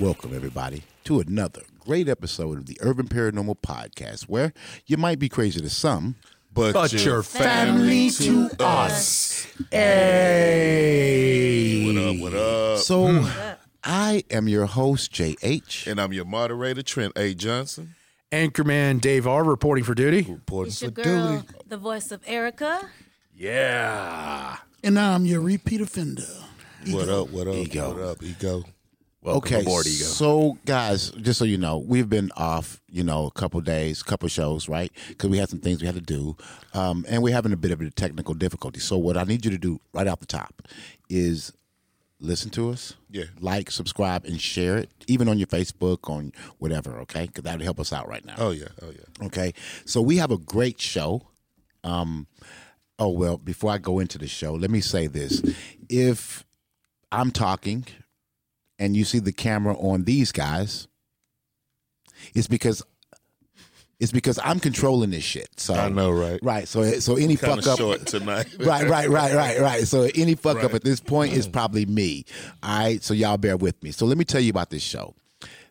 Welcome, everybody, to another great episode of the Urban Paranormal Podcast, where you might be crazy to some, but, But your family to us. Hey. What up, what up? So, I am your host, JH. And I'm your moderator, Trent A. Johnson. Anchorman Dave R reporting for duty. Reporting It's your girl, the voice of Erica. Yeah. And I'm your repeat offender. What up, what up, Ego. what up, ego? Okay, aboard, Ego. so guys, just so you know, we've been off, you know, a couple days, couple shows, right? Because we had some things we had to do, um, and we're having a bit of a technical difficulty. So what I need you to do right off the top is listen to us, Yeah. like, subscribe, and share it, even on your Facebook, on whatever, okay? Because that would help us out right now. Oh, yeah, oh, yeah. Okay. So we have a great show. Um oh well, before I go into the show, let me say this. If I'm talking and you see the camera on these guys, it's because it's because I'm controlling this shit. So I know, right? Right. So so any Kind fuck of up short tonight. right, right, right, right, right. So any fuck up Right. at this point is probably me. All right, so y'all bear with me. So let me tell you about this show.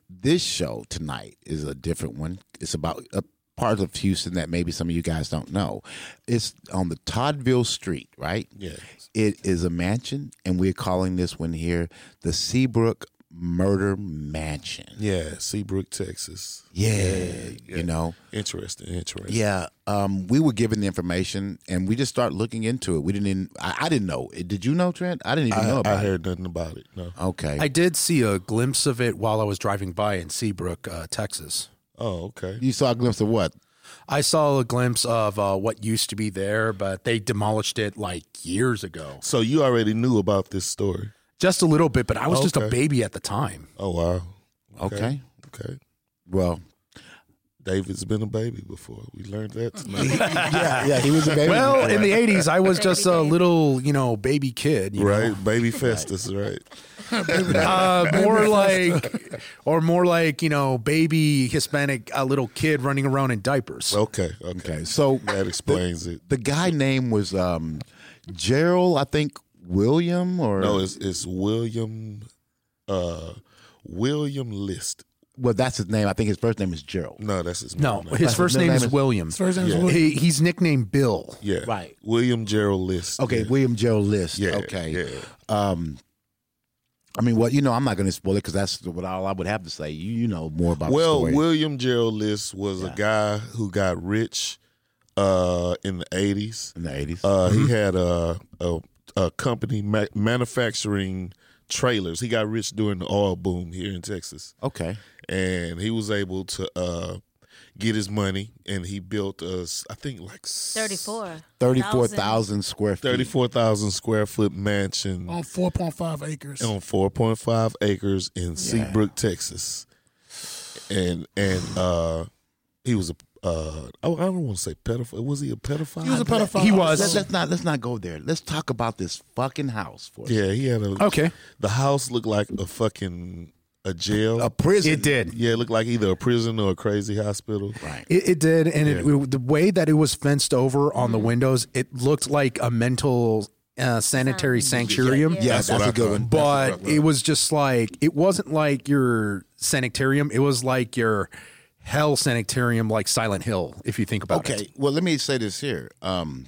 This show tonight is a different one. It's about a part of Houston that maybe some of you guys don't know. It's on the Toddville Street, right? Yes. It is a mansion, and we're calling this one here the Seabrook Murder Mansion. Yeah, Seabrook, Texas. yeah. you know. Interesting, interesting. Yeah, um, we were given the information, and we just started looking into it. We didn't. Even, I, I didn't know. Did you know, Trent? I didn't even know I, I about it. heard nothing about it, no. Okay. I did see a glimpse of it while I was driving by in Seabrook, uh, Texas. Oh, okay. you saw a glimpse of what? I saw a glimpse of uh, what used to be there, but they demolished it like years ago. So you already knew about this story. Just a little bit, but I was just a Okay. baby at the time. Oh, wow. Okay. Okay. Well, David's been a baby before. We learned that tonight. yeah, yeah, he was a baby. Well, in the 80s, I was Baby just a Dave. little, you know, baby kid. you right? Baby Festus, right? uh, more like, or more like you know, baby Hispanic, a little kid running around in diapers. Okay, okay. okay. So That explains it. the guy name was um, Gerald, I think William, or No, it's it's William uh William List. well, that's his name. I think his first name is Gerald. No, that's his no, middle name. his first middle name name is is- William. His first name is Yeah. William. He, he's nicknamed Bill. Yeah. Right. William Gerald List. Okay, Yeah. William Gerald List. Yeah. okay. Yeah. Um, I mean, well, you know, I'm not going to spoil it because that's what all I would have to say. You, you know more about. the Well, story. William Gerald List was Yeah. a guy who got rich uh in the 80s. in the 80s. Uh Mm-hmm. he had a a, a company ma- manufacturing trailers. He got rich during the oil boom here in Texas. okay. and he was able to uh get his money and he built us I think like s- 34. 34,000 square feet. 34,000 square foot mansion On 4.5 acres. on 4.5 acres in Seabrook, Texas. And and uh he was a uh oh, I don't want to say pedophile. Was he a pedophile? He was a pedophile. He was. Let's, let's not let's not go there. Let's talk about this fucking house for Yeah, he had a Okay. The house looked like a fucking a jail. a prison. It did. yeah, it looked like either a prison or a crazy hospital. Right. It, it did, and it, the way that it was fenced over on the windows, it looked like a mental uh, sanitary sanctuarium. Yeah, that's, what a I good thought. one. but it was just like it wasn't like your sanitarium. It was like your hell sanitarium, like Silent Hill, if you think about it. Okay. Well, let me say this here, um,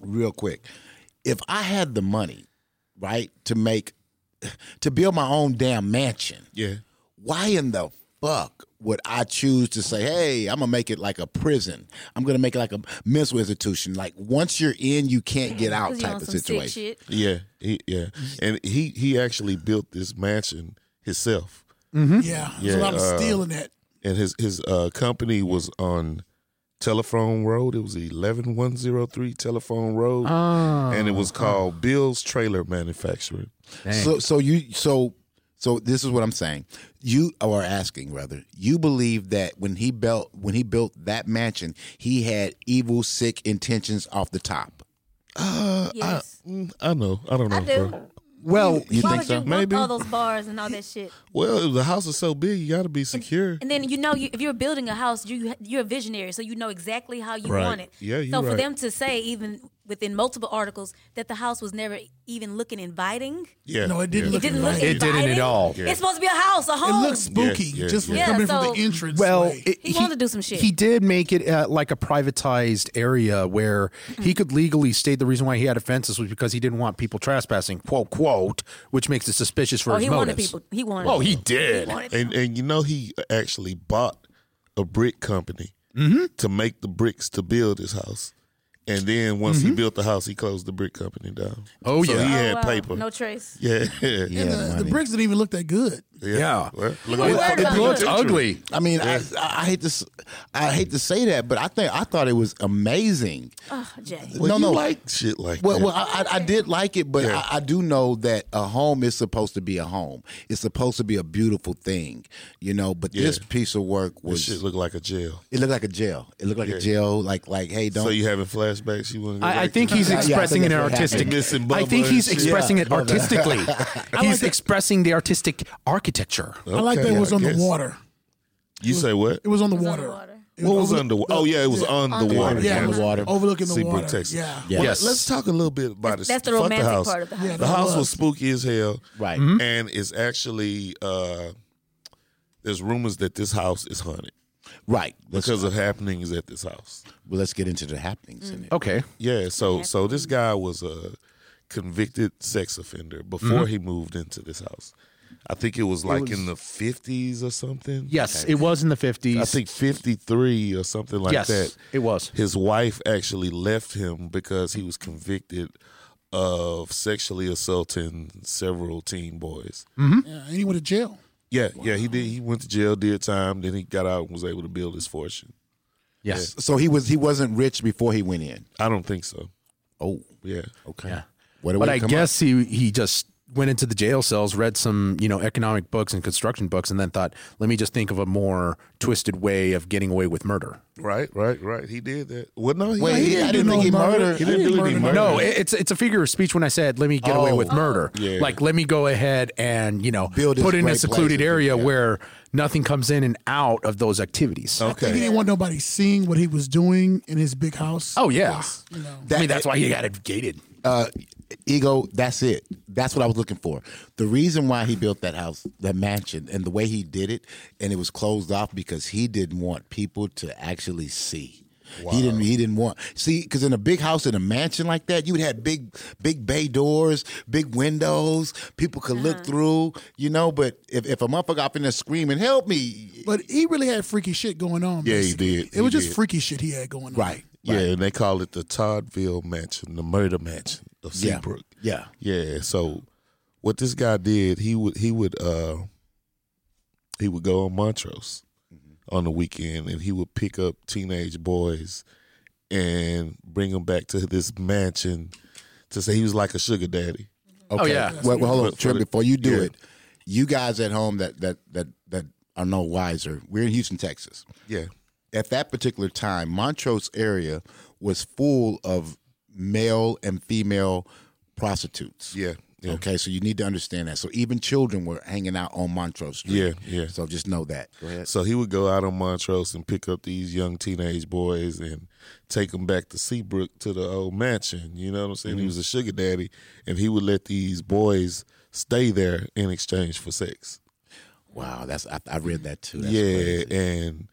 real quick. If I had the money, right, to make to build my own damn mansion, Yeah. why in the fuck would I choose to say, hey, I'm gonna make it like a prison? I'm gonna make it like a mental institution. Like once you're in, you can't get out Because you type on of some sick situation. shit. Yeah, he, yeah, and he he actually built this mansion himself, Yeah. Yeah, There's a lot of uh, steel in that. and his his uh, company was on Telephone Road. It was eleven one zero three Telephone Road, and it Oh. was called Bill's Trailer Manufacturing. So so you so so this is what I'm saying. You are asking rather. You believe that when he built when he built that mansion, he had evil, sick intentions off the top. Yes. Mm, I know, I don't know. I bro. do. Well, You think Why would you so? want Maybe. all those bars and all that shit? Well, the house is so big, you got to be secure. And then you know, you, if you're building a house, you you're a visionary, so you know exactly how you Right. want it. Yeah, you're So for right. them to say even within multiple articles that the house was never even looking inviting. Yeah. No, it didn't yeah. look It didn't look inviting. It didn't at inviting. all. Yeah. It's supposed to be a house, a It home. looks spooky Yeah, just from yeah. coming Yeah, so- from the entrance. Well, way. it- He wanted to do some shit. He did make it uh, like a privatized area where Mm-hmm. he could legally state the reason why he had offenses was because he didn't want people trespassing, quote quote, which makes it suspicious for oh, his he wanted motives. people. He wanted. Oh, he did. wanted- And and you know he actually bought a brick company Mm-hmm. to make the bricks to build his house. And then once Mm-hmm. he built the house, he closed the brick company down. Oh, so yeah. he Oh, had wow. paper. No trace. yeah, yeah. And the, the bricks didn't even look that good. Yeah. Well, look at was worried that. about It looked Picture. ugly. I mean, I, I, I hate to, s- I hate to say that, but I think I thought it was amazing. Oh, Jay. Well, No, you no. like shit like Well, that. well, I, I I did like it, but I, I do know that a home is supposed to be a home. It's supposed to be a beautiful thing, you know. But this Yeah. piece of work was shit looked like a jail. it looked like a jail. It looked like a jail. Like like hey, don't So you having flashbacks? You want? I, I think he's Yeah, I think expressing that's an what artistic. happened. Missing I think Bubba he's and shit. expressing it artistically. he's expressing the artistic architecture. I like that it was on the water. You say what? It was on the was on water. the water. It What was over- under? Oh yeah, it was on the water. Yeah, it was water. overlooking the Seabrook, water. Texas. Yeah. Yeah. Yes. Let's talk a little bit about it. That's the Fuck romantic house. part of the house. Yeah, The that house was was. spooky as hell, right. and it's actually uh, there's rumors that this house is haunted Right. Let's, because of happenings at this house. well, let's get into the happenings in it. Okay. Yeah, so so this guy was a convicted sex offender before he moved into this house. I think it was like in the fifties or something. Yes, it was in the fifties. I think fifty three or something like yes, that. it was. His wife actually left him because he was convicted of sexually assaulting several teen boys. Yeah, and he went to jail. Yeah, yeah, he did. He went to jail, did time, then he got out and was able to build his fortune. Yes. So he was he wasn't rich before he went in. I don't think so. Oh, Yeah, okay. Yeah. What a way But to I come guess he he just went into the jail cells, read some you know economic books and construction books, and then thought, let me just think of a more twisted way of getting away with murder. right, right, right. He did that. Well, no, he, Wait, he he- didn't I didn't do think no he murdered. He didn't do any murder. No, it- it's it's a figure of speech when I said, let me get Oh. away with murder. Yeah. Like let me go ahead and you know Build this put in a great secluded place. area where nothing comes in and out of those activities. I think he Okay. didn't want nobody seeing what he was doing in his big house. Oh yeah. You know. I mean that's why he got it gated. uh, ego. That's it. That's what I was looking for. The reason why he built that house, that mansion, and the way he did it, and it was closed off because he didn't want people to actually see. He didn't. He didn't want see because in a big house in a mansion like that, you would have big, big bay doors, big windows. People could look through, you know. But if, if a motherfucker up in there screaming, "Help me!" But he really had freaky shit going on. Yeah, he basically. did. It was He just did. freaky shit he had going on. Right. Yeah, and they call it the Toddville Mansion, the murder mansion of Yeah. Seabrook. Yeah. Yeah. So what this guy did, he would he would uh he would go on Montrose on the weekend and he would pick up teenage boys and bring them back to this mansion to say he was like a sugar daddy. Okay. yeah. Well, well, hold on, But- Trip. but- Before you do yeah. it, you guys at home that that that that are no wiser. We're in Houston, Texas. Yeah. At that particular time, Montrose area was full of male and female prostitutes. Yeah. Yeah. Okay, so you need to understand that. So even children were hanging out on Montrose Street. Yeah, yeah. So just know that. Go ahead. So he would go out on Montrose and pick up these young teenage boys and take them back to Seabrook to the old mansion. You know what I'm saying? He was a sugar daddy, and he would let these boys stay there in exchange for sex. Wow, that's I, I read that too. That's yeah, crazy. and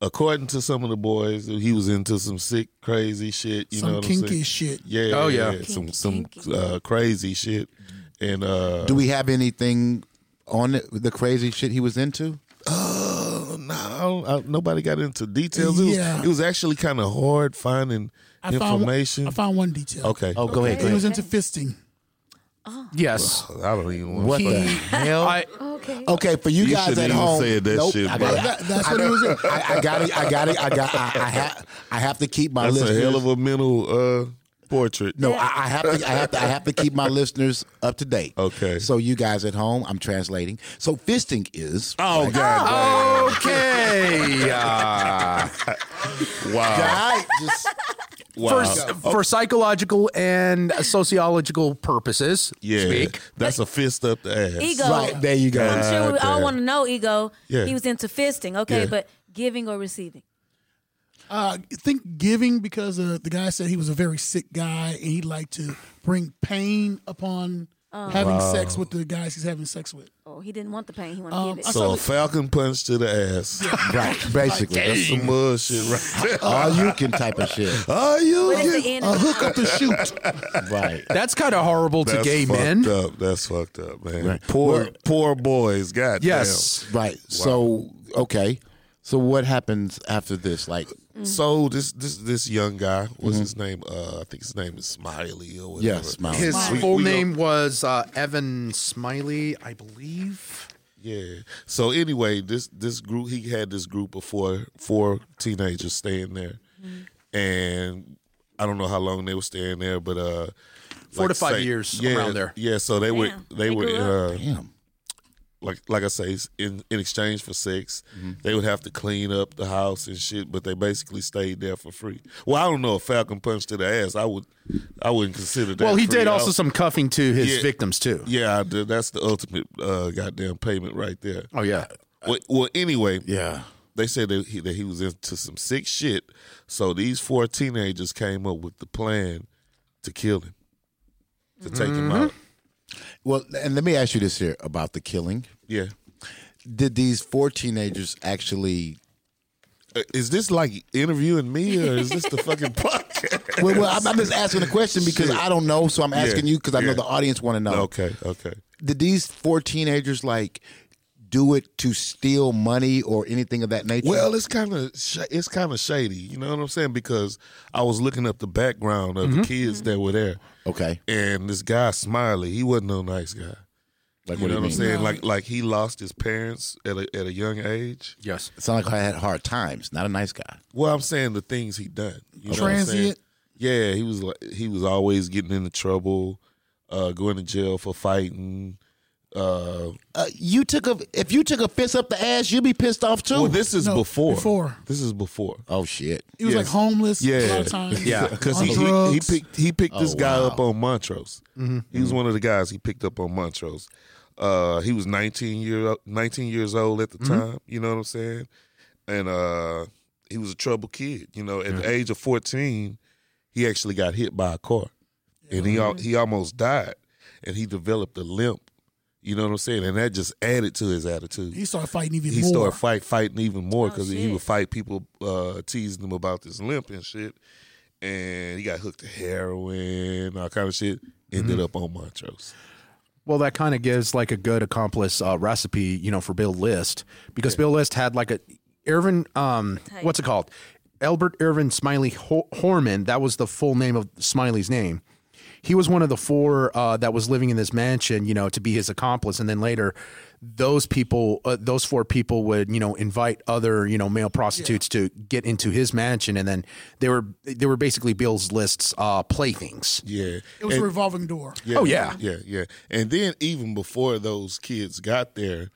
according to some of the boys, he was into some sick, crazy shit. You know Some what I'm kinky saying? shit. Yeah. Oh, yeah. Some some uh, crazy shit. And uh, Do we have anything on it, the crazy shit he was into? no, I don't- I- nobody got into details. It was, Yeah. it was actually kind of hard finding I found, information. I found one detail. Okay. Oh, go ahead. Go He ahead. was into fisting. Yes. I don't even want What to the fucking- hell? I Okay. Okay, for you, You guys at shouldn't even home, said that nope, shit, I bro. got it. That's what he was in. I got it. I got it. I got. I, I have. I have to keep my That's a listeners. hell of a mental uh, portrait. no, I, I have to. I have to. I have to keep my listeners up to date. Okay. So you guys at home, I'm translating. So fisting is. Oh God! Okay. uh, Wow! I just wow. for, s- for psychological and sociological purposes, yeah, speak. that's a fist up the ass. Ego. right there. You go. I'm sure we all Goddamn. want to know ego. Yeah. He was into fisting, okay, Yeah. but giving or receiving. Uh, I think giving because uh, the guy said he was a very sick guy and he liked to bring pain upon having sex with the guys he's having sex with. Oh, he didn't want the pain. He wanted Um, to give I it. saw So a falcon punch to the ass. Right, basically. That's some mud shit right there. All you can type of shit. Are you? But at getting- the end, A of hook up the shoot. Right. That's kind of horrible to That's gay fucked men. Up. That's fucked up, man. Right. Poor, Well- poor boys. God Yes. Right. So okay. So what happens after this? Like Mm. damn. So this this this young guy, Mm-hmm. what's his name? Uh, I think his name is Smiley or whatever. Yeah, Smiley. His We- full we go- name was uh, Evan Smiley, I believe. Yeah. So anyway, this this group he had this group of four four teenagers staying there, Mm-hmm. and I don't know how long they were staying there, but uh, Four to five years yeah, around there. Yeah. So they were Damn, they, they were grew uh, damn. like like I say it's in in exchange for sex, Mm-hmm. they would have to clean up the house and shit, but they basically stayed there for free. Well, I don't know if Falcon punched to the ass. I would I wouldn't consider that. Well, he free. did I- also some cuffing to his Yeah. victims too. Yeah, I did. that's the ultimate uh, goddamn payment right there. Oh yeah. Well, well anyway, Yeah. they said that he, that he was into some sick shit. So these four teenagers came up with the plan to kill him, to take him Mm-hmm. out. Well, and let me ask you this here about the killing. Yeah. Did these four teenagers actually? Uh, Is this like interviewing me or is this the fucking podcast? Well, well I'm, I'm just asking a question because I don't know, so I'm asking you because I know yeah. the audience want to know. Okay, okay. Did these four teenagers like do it to steal money or anything of that nature? Well, it's kind of sh- it's kind of shady, you know what I'm saying? Because I was looking up the background of Mm-hmm. the kids that were there, okay. and this guy Smiley, he wasn't no nice guy. Like You what do know you what I'm mean? saying? Like like he lost his parents at a, at a young age. Yes. It sounded like I had hard times. Not a nice guy. Well, I'm saying the things he done. You know what I'm saying? Transient. Yeah, he was like he was always getting into trouble, uh, going to jail for fighting. Uh, Uh, you took a if you took a fist up the ass, you'd be pissed off too. well, this is No, before. before. This is before. oh shit! He was like Yes. homeless a lot Yeah, of times. Yeah. because On he, he he drugs. picked he picked this Oh, guy wow. up on Montrose. He was one of the guys he picked up on Montrose. Uh, he was 19 year 19 years old at the time. You know what I'm saying? And uh, he was a troubled kid. You know, at the age of 14, he actually got hit by a car, and he al- he almost died, and he developed a limp. You know what I'm saying? And that just added to his attitude He started fighting even he more. started fight fighting even more because he shit. would fight people uh, teasing him about this limp and shit. And he got hooked to heroin, all kind of shit. Ended up on Montrose. Well, that kind of gives like a good accomplice uh, recipe, you know, for Bill List because Bill List had like a Irvin. Um, what's it called? Albert Irvin Smiley Ho- Horman. That was the full name of Smiley's name. He was one of the four uh, that was living in this mansion, you know, to be his accomplice. And then later, those people, uh, those four people would, you know, invite other, you know, male prostitutes to get into his mansion. And then they were, they were basically Bill's List's uh, playthings. Yeah. it was a revolving door. yeah. Oh, yeah. Yeah, yeah. And then even before those kids got there,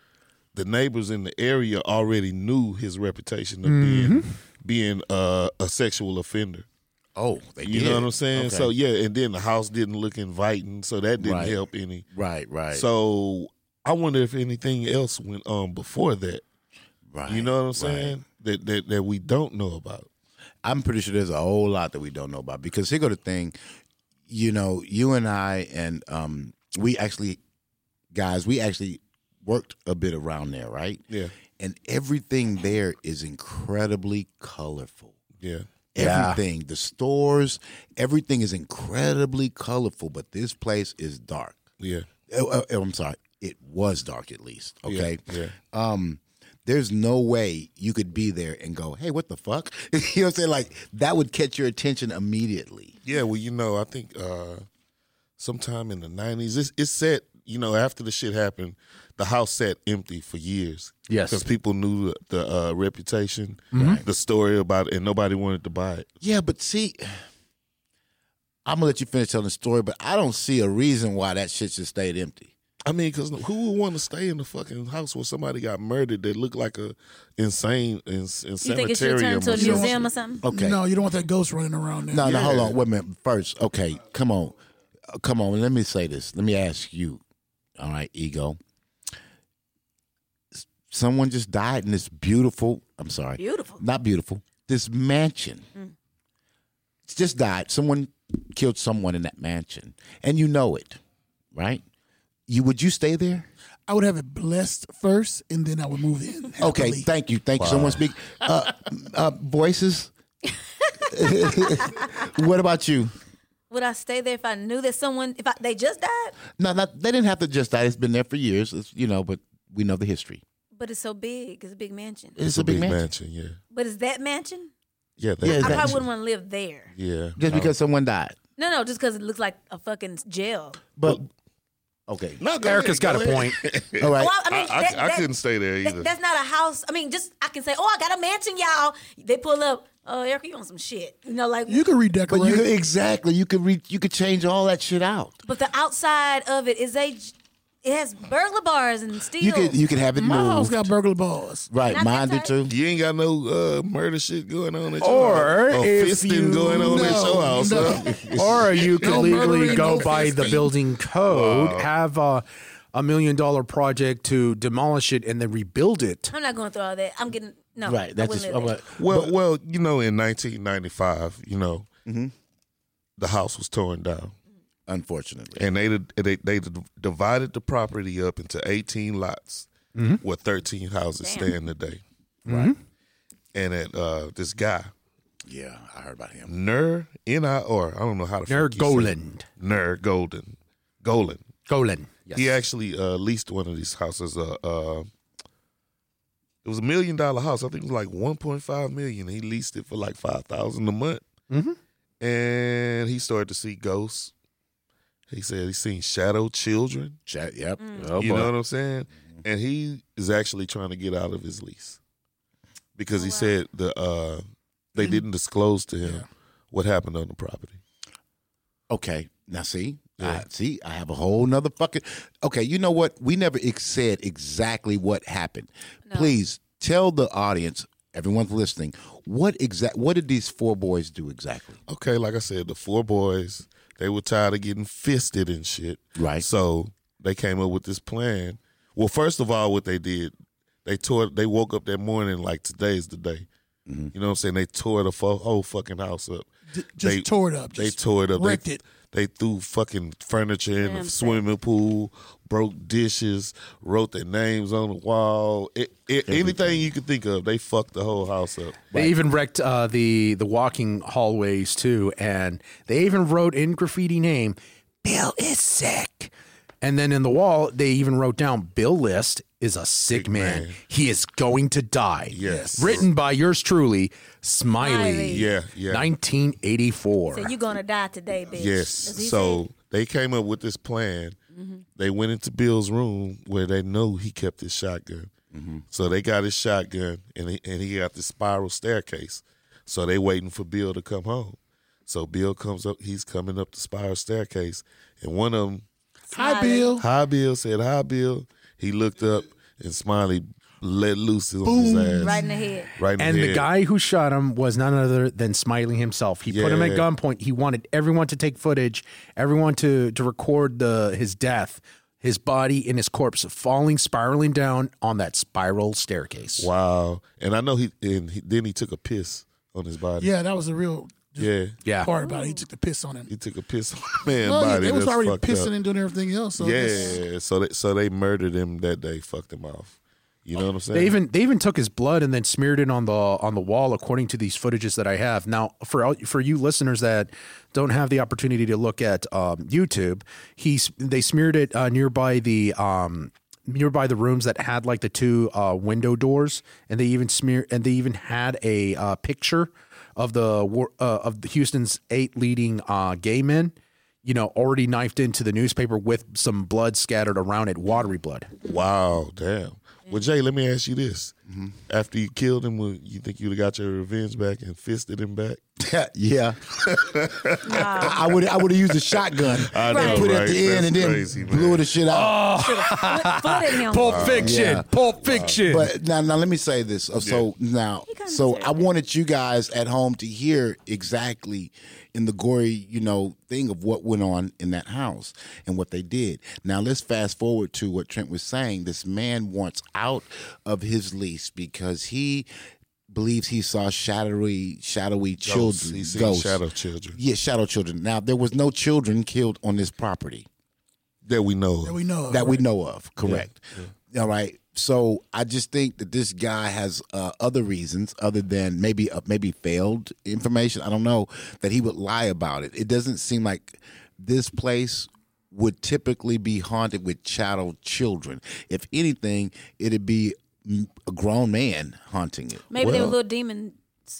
the neighbors in the area already knew his reputation of being being uh, a sexual offender. Oh, they You did. know what I'm saying? Okay. So yeah, and then the house didn't look inviting, so that didn't Right. help any. right, right. So I wonder if anything else went on before that. right, You know what I'm right. saying? That, that that we don't know about. I'm pretty sure there's a whole lot that we don't know about because here go the thing, you know, you and I and um, we actually, guys, we actually worked a bit around there, right? Yeah. And everything there is incredibly colorful. Yeah. Yeah. Everything, the stores, everything is incredibly colorful, but this place is dark. Yeah. Oh, oh, oh, I'm sorry, it was dark at least. Okay, Yeah. um, there's no way you could be there and go, hey, what the fuck? you know what I'm saying? Like, that would catch your attention immediately. Yeah, well, you know, I think uh sometime in the nineties, it's it set, you know, after the shit happened, the house sat empty for years. Yes. Because people knew the, the uh reputation, Mm-hmm. the story about it, and nobody wanted to buy it. Yeah, but see, I'm gonna let you finish telling the story, but I don't see a reason why that shit should stayed empty. I mean, because who would want to stay in the fucking house where somebody got murdered that looked like a insane, ins- you think it should sanitarium or turn to a something? museum or something? Okay. No, you don't want that ghost running around there. No, no, hold on. Wait a minute. First, okay, come on. Uh, Come on, let me say this. Let me ask you. All right, ego. S- Someone just died in this beautiful, I'm sorry. Beautiful. Not beautiful. this mansion. It's just died. Someone killed someone in that mansion, and you know it, right? You would you stay there? I would have it blessed first, and then I would move in. Okay, happily. thank you, thank you. Someone speak. Uh, uh, voices. what about you? Would I stay there if I knew that someone if I, they just died? No, not, they didn't have to just die. It's been there for years, it's, you know. But we know the history. But it's so big. It's a big mansion. It's, a big, mansion. yeah. But is that mansion? Yeah, that, Yeah, I Mansion. probably wouldn't want to live there. yeah. Just I- because someone died. No, no, just because it looks like a fucking jail. But okay, no, go Erica's ahead, got go a ahead. point. all right. Well, Oh, I mean, I, I, that- I that- couldn't stay there that- either. that's not a house. I mean, just I can say, oh, I got a mansion, y'all. They pull up. Oh, Erica, you on some shit? You know, like You could But redecorate. you could, exactly you could re, you could change all that shit out. But the outside of it is a, j- it has burglar bars and steel. You could you could have it My moved. house got burglar bars. right, Not mine did that too. you ain't got no uh, murder shit going on at your Or house. Or if fisting you- going on at No, your house. no. huh? or you could No legally murdering, go no by the fisting. building code, have a, a million dollar project to demolish it and then rebuild it. I'm not going through all that. I'm getting no. Right, I that's wouldn't just live I'm there. like, Well, well, you know, in 1995, you know, the house was torn down, unfortunately. and they did- they they did- divided the property up into 18 lots, where 13 houses stand today. Right. And at uh, this guy Yeah, I heard about him. Ner N I R, I don't know how to Near Golan. Ner Golden, Golden. Golan. Yes. He actually uh, leased one of these houses. Uh, uh, it was a million dollar house. I think it was like one point five million. He leased it for like five thousand a month, Mhm. and he started to see ghosts. He said he seen shadow children. Chat, yep. you know what I'm saying? And he is actually trying to get out of his lease because he said the uh, they didn't disclose to him what happened on the property. Okay. Now see, Yeah. I, see, I have a whole nother fucking. Okay, you know what? We never ex- said exactly what happened. Please tell the audience, everyone's listening, what exact? What did these four boys do exactly? okay, like I said, the four boys, they were tired of getting fisted and shit. Right. So they came up with this plan. Well, first of all, what they did, they tore they woke up that morning like today's the day. You know what I'm saying? They tore the fo- whole fucking house up. D- just They- tore it up. They Just tore it up. wrecked they, it. They threw fucking furniture in Damn the thing. swimming pool, broke dishes, wrote their names on the wall. It, it, anything you could think of, they fucked the whole house up. They even wrecked uh, the the walking hallways too, and they even wrote in graffiti name, "Bill is sick." And then in the wall, they even wrote down, "Bill List is a sick man. He is going to die." Yes. Written by yours truly, Smiley. Smiley. Yeah, yeah. 1984. So you gonna die today, bitch. Yes. That's what he So they came up with this plan. They went into Bill's room where they know he kept his shotgun. So they got his shotgun and he, and he got the spiral staircase. So they waiting for Bill to come home. So Bill comes up. He's coming up the spiral staircase, and one of them, Hi, Bill. Hi Bill, said Hi Bill. He looked up and Smiley let loose on his ass said. right in the head. right in And the head. guy who shot him was none other than Smiley himself. He put him at Yeah. gunpoint. He wanted everyone to take footage, everyone to to record the his death, his body and his corpse falling, spiraling down on that spiral staircase. Wow. And I know he and he, then he took a piss on his body. Yeah, that was the real Yeah. Yeah, part about it. He took the piss on him. He took a piss on a man's Well, body. they was That's already fucked pissing up. and doing everything else. So it's- Yeah, so they so they murdered him that day. Fucked him off. You know what I'm saying? they even they even took his blood and then smeared it on the on the wall. According to these footages that I have now, for all, for you listeners that don't have the opportunity to look at um, YouTube, he's they smeared it uh, nearby the. Um, nearby the rooms that had like the two uh, window doors and they even smear and they even had a uh, picture of the war, uh, of the Houston's eight leading uh, gay men you know already knifed into the newspaper with some blood scattered around it watery blood wow, damn. Well, Jay, let me ask you this: After you killed him, would you think you'd have got your revenge back and fisted him back? yeah, I would. I would have used a shotgun I and know, put it at right? the end, That's and then crazy, man. blew the shit out. Foot, foot at him. Pulp Fiction. Yeah. Pulp Fiction. But now, now let me say this. Uh, So now, kinda so said I wanted you guys at home to hear exactly in the gory, you know, thing of what went on in that house and what they did. Now let's fast forward to what Trent was saying. This man wants out of his lease because he believes he saw shadowy, shadowy Ghosts. children. He's seen ghosts. shadow children Yeah, shadow children. Now there was no children killed on this property that we know. that of. we know of. that we know of. Correct. All right. So I just think that this guy has uh, other reasons other than maybe uh, maybe failed information. I don't know that he would lie about it. It doesn't seem like this place would typically be haunted with chattel children. If anything, it'd be mm, a grown man haunting it. Maybe they were Well- little demons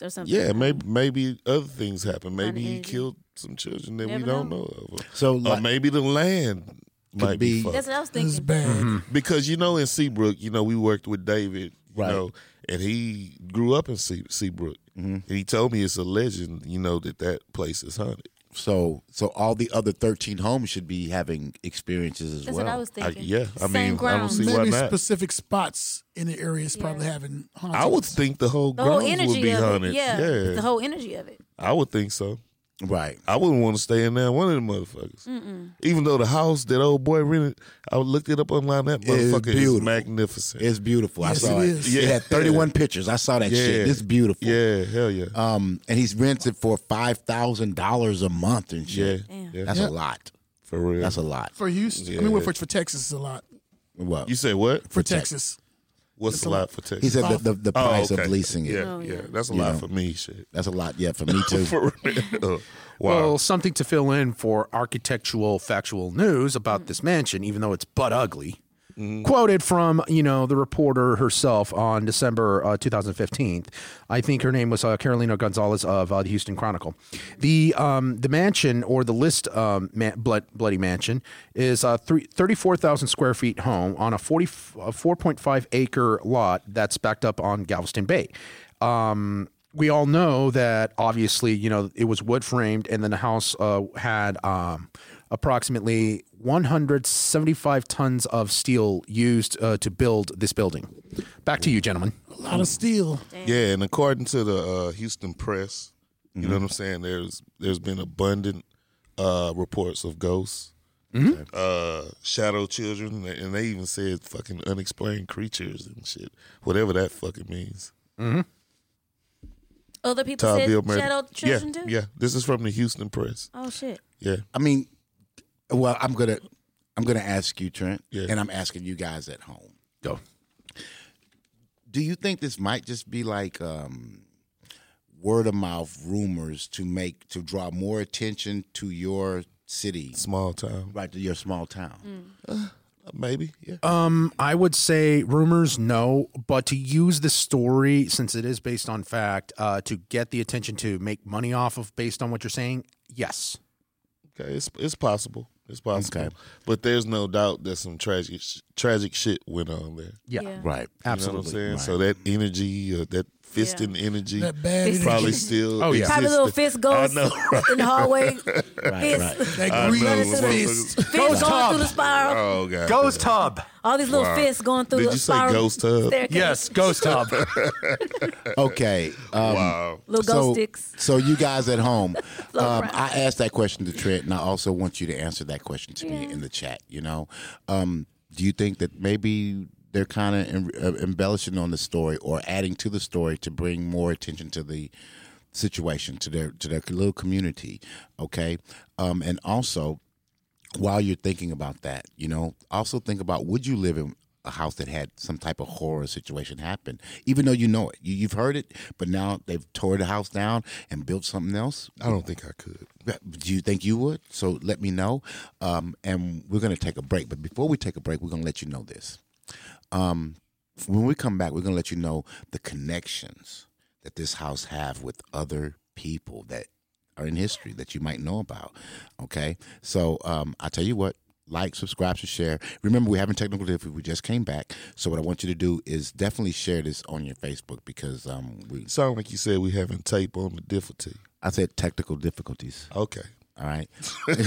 or something. Yeah, maybe maybe other things happen. Maybe he Uneasy. killed some children that we Never don't know. know of. So Or like, maybe the land might be, be- fucked. That's what I was This is thinking. bad. Mm-hmm. because you know in Seabrook, you know we worked with David, you Right. know, and he grew up in Se- Seabrook, and Mm-hmm. he told me it's a legend, you know, that that place is haunted. so so all the other 13 homes should be having experiences as That's well. what I was I, thinking. yeah, I Same mean, I don't grounds. see why Maybe not. specific spots in the area is probably having haunted. I would think the whole Oh, The whole grounds would energy be of haunted. it. Yeah. yeah, The whole energy of it. I would think so. right. I wouldn't want to stay in there. One of them motherfuckers. Even though the house that old boy rented, I looked it up online. That is motherfucker is, beautiful. magnificent. It's beautiful. Yes, I saw it it. is. It Yeah. had 31 pictures. I saw that shit. Yeah. It's beautiful. yeah, hell yeah, Um, and he's rents it for five thousand dollars a month and yeah, shit. yeah, That's Yeah. a lot. for real. That's a lot. for Houston. I mean, well, for, for Texas is a lot. What? you say what? For Texas, What's a lot for Texas? He said the, the, the Oh, price okay. of leasing it. Yeah, Oh, yeah, yeah. that's a lot for me. Shit. That's a lot. Yeah, for me too. For real. wow. Well, something to fill in for architectural factual news about this mansion, even though it's butt ugly. Quoted from you know the reporter herself on December uh, 2015. I think her name was uh, Carolina Gonzalez of uh, the Houston Chronicle. The um, the mansion or the list um, ma- blood, bloody mansion is a three, 34,000 square feet home on a uh, 40 a 4.5 acre lot that's backed up on Galveston Bay um, we all know that obviously, you know, it was wood framed, and then the house uh, had um, approximately 175 tons of steel used uh, to build this building. Back to you, gentlemen. a lot of steel. yeah, and according to the uh, Houston Press, you know what I'm saying. There's there's been abundant uh, reports of ghosts, uh, shadow children, and they even said fucking unexplained creatures and shit, whatever that fucking means. Other people Todd said Bill Murray. shadow children yeah, too. yeah. This is from the Houston Press. Oh shit. Yeah, I mean, well, I'm gonna I'm gonna ask you, Trent, Yeah. and I'm asking you guys at home. Go. Do you think this might just be like um, word of mouth rumors to make to draw more attention to your city, small town, right to your small town? maybe. Yeah, Um, I would say rumors, no, but to use the story since it is based on fact uh, to get the attention to make money off of based on what you're saying, yes. okay. It's it's possible. It's possible. Okay. But there's no doubt that some tragic sh- tragic shit went on there. Yeah, Right. Uh, absolutely. You know what I'm saying? So that energy, uh, that fisting energy, That bad energy. probably still. Oh, yeah. Probably existed. little fist goes know, in the hallway. Right, right. Fist, that green know, fist. fist going through the spiral. Oh god. Ghost tub. All these little Wow. fists going through Did the you say spiral ghost tub? staircase. Yes, ghost tub. Uh, Okay. Um, Wow. Little ghost so, sticks. so you guys at home, Float um, around. I asked that question to Trent, and I also want you to answer that question to me in the chat. You know, um, do you think that maybe they're kind of em- uh, embellishing on the story or adding to the story to bring more attention to the situation to their to their little community? Okay, um, and also while you're thinking about that, you know, also think about would you live in a house that had some type of horror situation happen, even though you know it, you, you've heard it, but now they've tore the house down and built something else. I don't think I could. Do you think you would? So let me know. Um, and we're going to take a break. But before we take a break, we're going to let you know this. Um, when we come back, we're going to let you know the connections that this house have with other people that are in history that you might know about. Okay. So um, I tell you what. Like, subscribe, and share. Remember, we're having technical difficulty. We just came back, so what I want you to do is definitely share this on your Facebook because um, we. Sound like you said we having tape on the difficulty. I said technical difficulties. Okay. All right. but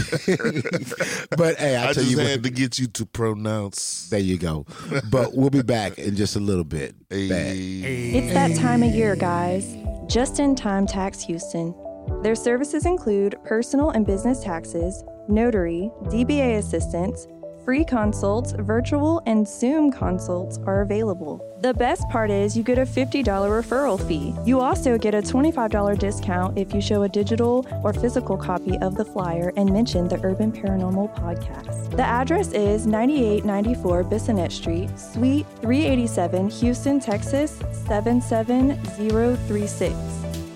hey, I, I, tell just you what, had to get you to pronounce. there you go. But we'll be back in just a little bit. Bad. Hey. It's that time of year, guys. Just in time tax Houston. Their services include personal and business taxes, notary, DBA assistance, Free consults, virtual, and Zoom consults are available. The best part is you get a $50 referral fee. You also get a $25 discount if you show a digital or physical copy of the flyer and mention the Urban Paranormal Podcast. The address is 9894 Bissonette Street, Suite 387, Houston, Texas 77036.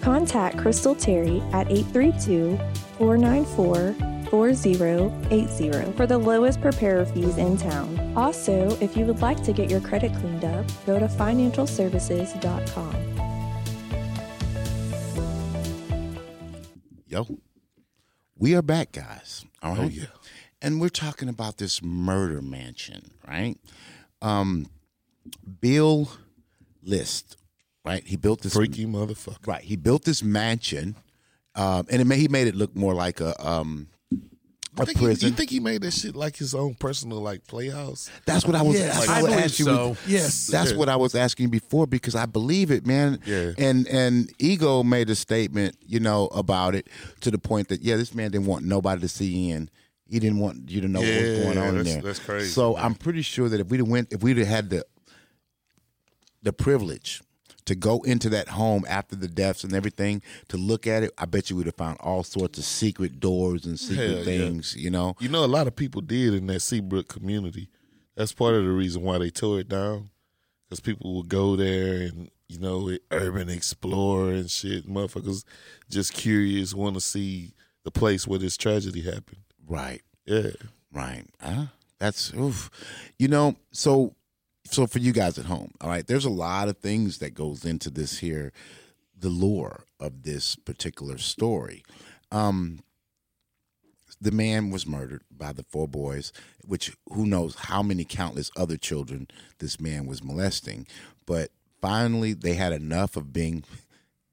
Contact Crystal Terry at 832 494 4080 for the lowest preparer fees in town. Also, if you would like to get your credit cleaned up, go to financialservices.com. Yo, we are back, guys. All right. Oh, yeah. And we're talking about this murder mansion, right? Um, Bill List, right? He built this Freaky motherfucker. Right. He built this mansion, um, and it made, he made it look more like a um, a You think, he, prison. you think he made that shit like his own personal like playhouse? that's what I was. Yes. Yes, I I, would believe ask you. so. Yes. That's what I was asking you before because I believe it, man. Yeah. And and ego made a statement, you know, about it to the point that yeah, this man didn't want nobody to see in. He didn't want you to know what was Yeah, going on in that's- there. that's crazy, So I'm pretty sure that if we'd have went, if we'd have had the the privilege to go into that home after the deaths and everything to look at it, I bet you would have found all sorts of secret doors and secret Hell yeah. things. You know, You know, a lot of people did in that Seabrook community. That's part of the reason why they tore it down, because people would go there and you know, urban explorer and shit. Motherfuckers just curious, want to see the place where this tragedy happened. right. Yeah, Right. Huh? That's oof. You know, so so for you guys at home, all right, there's a lot of things that goes into this here, the lore of this particular story. Um the man was murdered by the four boys, which who knows how many countless other children this man was molesting. But finally they had enough of being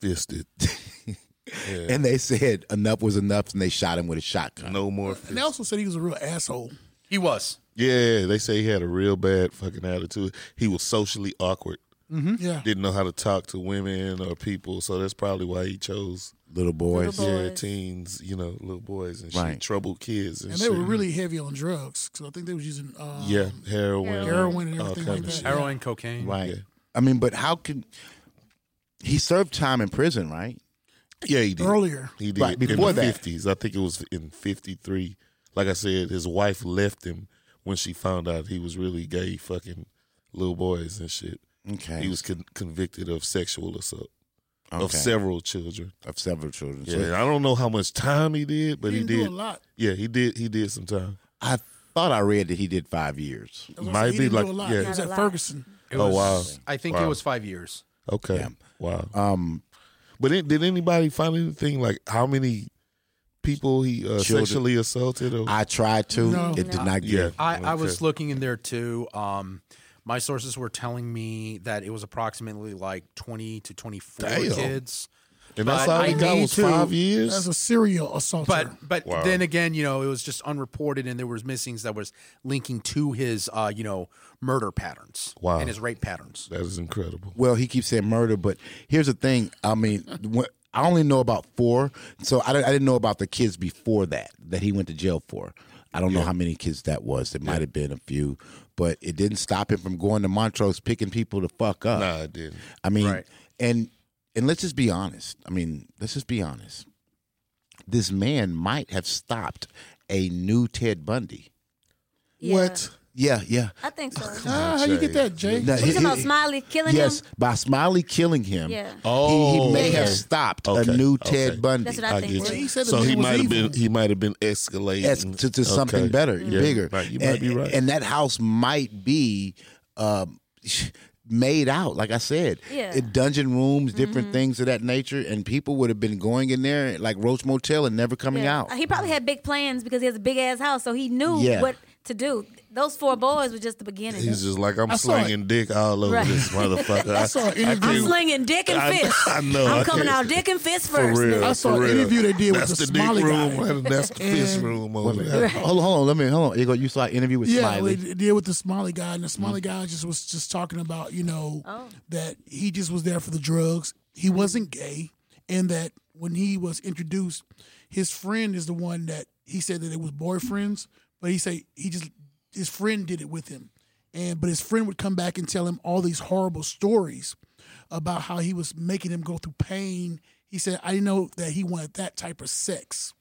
fisted. Yeah. and they said enough was enough and they shot him with a shotgun. no more. And they Fist. also said he was a real asshole. He was. Yeah, they say he had a real bad fucking attitude. He was socially awkward. Yeah. Didn't know how to talk to women or people, so that's probably why he chose Little boys. Little yeah Boys. teens, you know, little boys and Right. shit, troubled kids and, And they were shit. really heavy on drugs because I think they was using um, Yeah, heroin. heroin and all everything kind like of that. shit. Heroin, cocaine. Right. Yeah. I mean, but how can he served time in prison, right? Yeah, he did. earlier. He did. Right, before in the that. 50s. I think it was in 53. Like I said, his wife left him when she found out he was really gay, fucking little boys and shit. Okay. He was con- convicted of sexual assault okay. of several children. of several children. So Yeah, I don't know how much time he did, but he he, didn't did. do a lot. Yeah, he did. He did some time. I thought I read that he did five years. I was gonna Might say, be he didn't like- do a lot. yeah. He Not was a at lot. Ferguson. It Oh, was- wow. I think it Wow. was five years. Okay. Yeah. Wow. Um, But did, did anybody find anything like how many people he uh, Children. sexually assaulted? Or I tried to. No. It did not get. yeah, I, I okay. was looking in there too. Um, my sources were telling me that it was approximately like 20 to 24 Damn. kids. and that's but all I he got need was to- five years. As a serial assaulter. But but Wow. then again, you know, it was just unreported and there was missings that was linking to his uh, you know, murder patterns Wow. and his rape patterns. that is incredible. Well, he keeps saying murder, but here's the thing. I mean, when, I only know about four, so I, don't- I didn't know about the kids before that that he went to jail for. I don't know how many kids that was. It might have been a few, but it didn't stop him from going to Montrose picking people to fuck up. Nah, I didn't. I mean, Right. and and let's just be honest. I mean, let's just be honest. This man might have stopped a new Ted Bundy. Yeah. What? Uh, Yeah, yeah. I think so. ah, how you get that, Jay? No, We he- talking about he- Smiley killing yes, him? by Smiley killing him, Yeah. he, Oh. he may Yeah. have stopped Okay, a new okay. Ted Bundy. That's what I, I think get too. Well, he said the So man he was might have evil. been he might have been escalating Yes, to, to something Okay. better, Yeah. bigger. Right, you and, might be right. and that house might be um, made out, like I said, Yeah. Mm-hmm. in dungeon rooms, different things of that nature, and people would have been going in there like Roach Motel and never coming Yeah. out. Uh, He probably had big plans because he has a big ass house, so he knew Yeah. what to do. Those four boys were just the beginning. He's just like I'm I saw it. slinging dick all over Right. this motherfucker. I saw an interview. I'm can't- slinging dick and I- fist. I know, I I'm coming can't- out dick and fist for first. real. I saw for an real. interview they did with That's the dick Smiley room. guy. and That's the fist room over there. Hold on, hold on. Let me hold on. You go. You saw an interview with Yeah, Smiley. Mm-hmm. we d- did with the Smiley guy, and the Smiley guy just was just talking about you know that he just was there for the drugs. He wasn't gay, and that when he was introduced, his friend is the one that he said that it was boyfriends, But he say he just his friend did it with him, and but his friend would come back and tell him all these horrible stories about how he was making him go through pain. He said, "I didn't know that he wanted that type of sex."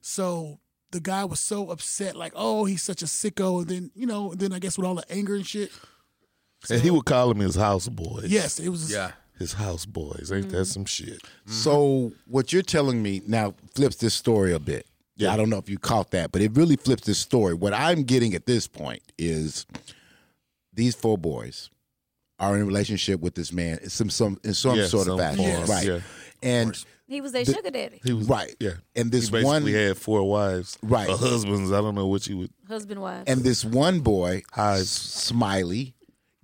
So the guy was so upset, like, "Oh, he's such a sicko." And then you know, then I guess with all the anger and shit, and he would call him his house boys. yes, it was. Yeah. his house boys. Ain't that some shit? Mm-hmm. So what you're telling me now flips this story a bit. Yeah, I don't know if you caught that, but it really flips this story. What I'm getting at this point is these four boys are in a relationship with this man in some some in some Yeah, sort some of fashion, form, right? yeah. And He was their sugar daddy, He was right, Yeah, And he this basically one had four wives, Right. Or husbands. I don't know what you would. husband wife. and this one boy, Hives. Smiley,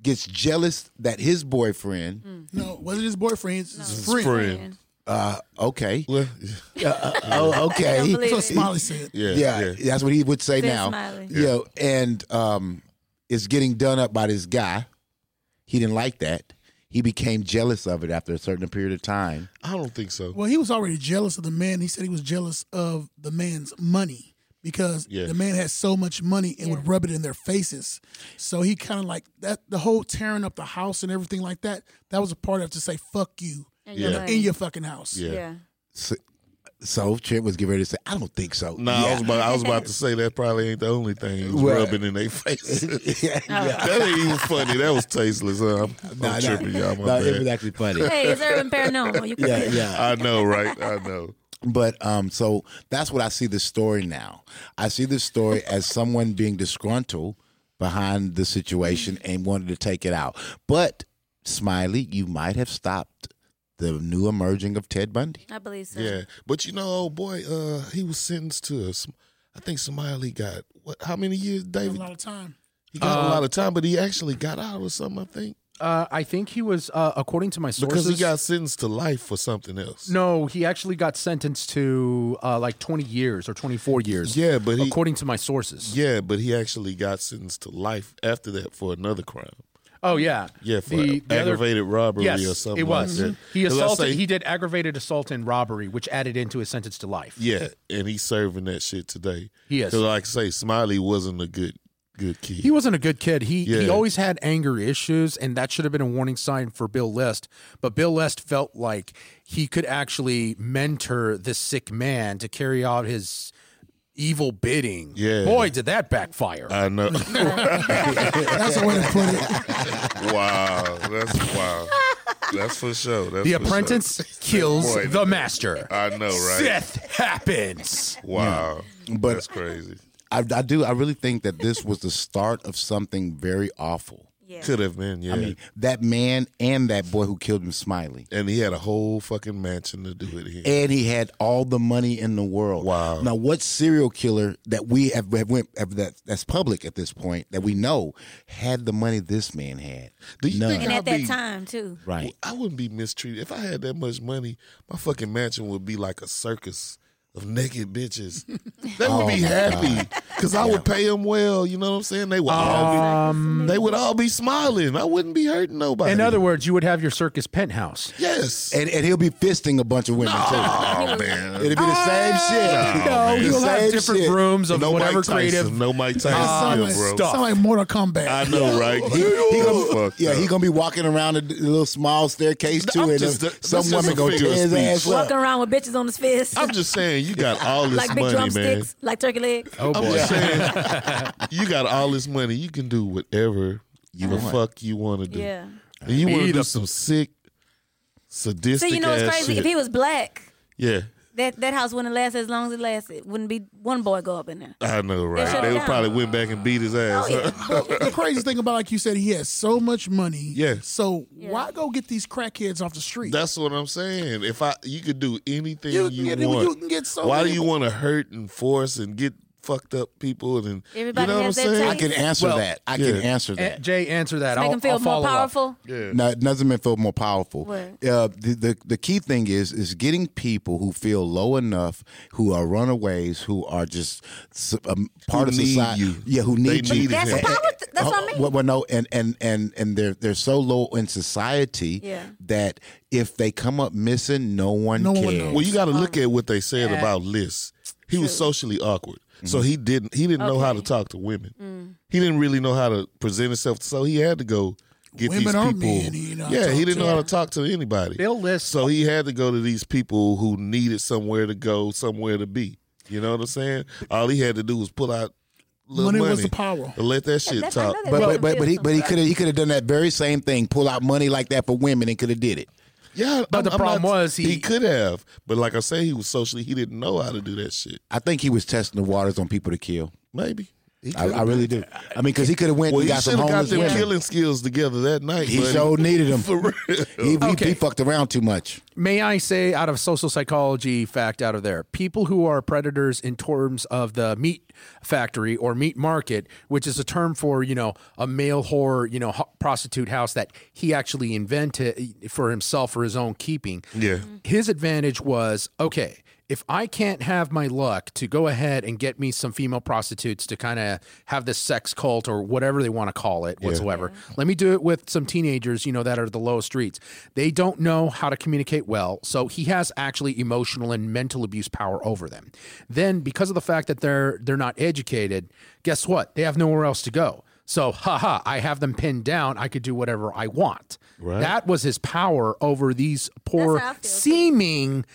gets jealous that his boyfriend. No, it wasn't his boyfriend. It's his friend. friend. Uh, okay, Well, oh, I don't okay. believe So it. Smiley said. yeah, yeah, yeah. that's what he would say Fist now. smiley. You know, and um, it's getting done up by this guy. He didn't like that. He became jealous of it after a certain period of time. I don't think so. Well, he was already jealous of the man. He said he was jealous of the man's money because Yeah. the man had so much money and would rub it in their faces. So he kind of like that. The whole tearing up the house and everything like that. That was a part of to say "fuck you" And your Yeah. money. in your fucking house. Yeah. yeah. So, so Trent was getting ready to say, "I don't think so." No, I was about I was about to say that probably ain't the only thing he was Right. rubbing in their face. yeah, yeah. that ain't even funny. That was tasteless. Huh? I'm, I'm Nah, nah. tripping, y'all. My No, bad. it was actually funny. Hey, it's urban paranormal. You can yeah, yeah. I know, right? I know. But um, so that's what I see this story now. I see this story as someone being disgruntled behind the situation and wanted to take it out. But Smiley, you might have stopped the new emerging of Ted Bundy. I believe so. Yeah, but you know, old boy, uh, he was sentenced to. a sm- I think Somali got what? How many years, A David? lot of time. He got a lot of time, but he actually got out or something. I think Uh, I think he was, uh, according to my sources, because he got sentenced to life for something else. no, he actually got sentenced to uh, like 20 years or 24 years. Yeah, but he. according to my sources. Yeah, but he actually got sentenced to life after that for another crime. Oh yeah, Yeah, for The- the other- aggravated robbery Yes, or something. it was. Like that. He 'Cause I assaulted. say- he did aggravated assault and robbery, which added into his sentence to life. Yeah, and he's serving that shit today. He is. Because, like I say, Smiley wasn't a good good kid. He wasn't a good kid. He he Yeah. always had anger issues, and that should have been a warning sign for Bill List. But Bill List felt like he could actually mentor this sick man to carry out his evil bidding. Yeah. Uh, boy, did that backfire. I know. That's the way to put it. wow, that's wow. That's for sure. That's the for sure. apprentice kills Boy, the master. I know, right? Death happens. Wow, But- that's crazy. I, I do. I really think that this was the start of something very awful. Yeah. Could have been, yeah. I mean, that man and that boy who killed him, Smiley. and he had a whole fucking mansion to do it in. and he had all the money in the world. Wow. Now, what serial killer that we have, have went have that that's public at this point that we know had the money this man had? Do you think And I'd at that be- time too. Right. I wouldn't be mistreated if I had that much money. My fucking mansion would be like a circus of naked bitches. They would Oh, be my happy because I would pay them well. You know what I'm saying? They would all be, they would all be smiling. I wouldn't be hurting nobody. Um, In other words, you would have your circus penthouse. yes. And, and he'll be fisting a bunch of women oh man, Oh, too. It'll be the same shit. No, man. you'll The have same different shit. rooms of no whatever Mike Tyson, creative. no Mike Tyson, Sound like, yeah, bro. sound like Mortal Kombat. I know, right? He, He gonna- fucked yeah, up. he gonna be walking around a d- little small staircase too, I'm and just- uh, that's some just woman a gonna figure tear of his speech. ass up. Walking around with bitches on his fist, I'm just saying, you got all this like big money, man. drumsticks, like turkey oh I'm boy. just saying, you got all this money. You can do whatever you the fuck you want to do. Yeah. And you want to Beat do up. some sick, sadistic So you know what's ass crazy? shit. If he was black, yeah, that that house wouldn't last as long as it lasted. Wouldn't be one boy go up in there. I know, right? shut They it would down. probably went back and beat his ass. Oh yeah. the craziest thing about, like you said, he had so much money. Yeah. So why go get these crackheads off the street? That's what I'm saying. If I, you could do anything You you, can get- you want. can get so Why many- do you want to hurt and force and get fucked up people and Everybody you know has what I'm their saying? I can answer Well, that. I yeah. can answer that. A- Jay, answer that. Make I'll, him feel I'll more follow up. powerful. No, it doesn't make feel more powerful. Right. Uh, the, the the key thing is is getting people who feel low enough, who are runaways, who are just s- um, part of need society. you. Yeah, who They need you. need That's him. power th- that's what I Oh, mean. Well, well, no, and and and and they're they're so low in society Yeah. that if they come up missing, no one No one cares. knows. Um, Well, you got to look at what they said about Liz. He was socially awkward. So Mm-hmm. he didn't he didn't know how to talk to women. Mm. He didn't really know how to present himself. So he had to go get Women these are people. men, you know, yeah, talk he didn't know how yeah. to talk to anybody. Bill List. So he had to go to these people who needed somewhere to go, somewhere to be. You know what I'm saying? All he had to do was pull out little Money money, was the power. and let that shit that's- I know talk. that- But Well- but but, but he but he could have he could have done that very same thing, pull out money like that for women, and could have did it. Yeah, But the problem was he- could have, but like I say, he was socially he didn't know how to do that shit. I think he was testing the waters on people to kill. Maybe he I, coulda I really do. I mean, because he could have went Well, and he got should some have got homeless them women. killing skills together that night. He buddy. sure needed them. for real. He, he- Okay. he fucked around too much. May I say, out of social psychology fact, out of there, people who are predators in terms of the meat factory or meat market, which is a term for you know a male whore, you know ho- prostitute house that he actually invented eh, for himself for his own keeping. Yeah. his advantage was okay. If I can't have my luck to go ahead and get me some female prostitutes to kind of have this sex cult or whatever they want to call it whatsoever, let me do it with some teenagers, you know, that are the lowest streets. They don't know how to communicate well. So he has actually emotional and mental abuse power over them. Then because of the fact that they're they're not educated, guess what? They have nowhere else to go. So, haha, I have them pinned down. I could do whatever I want. That was his power over these poor how I feel, too. seeming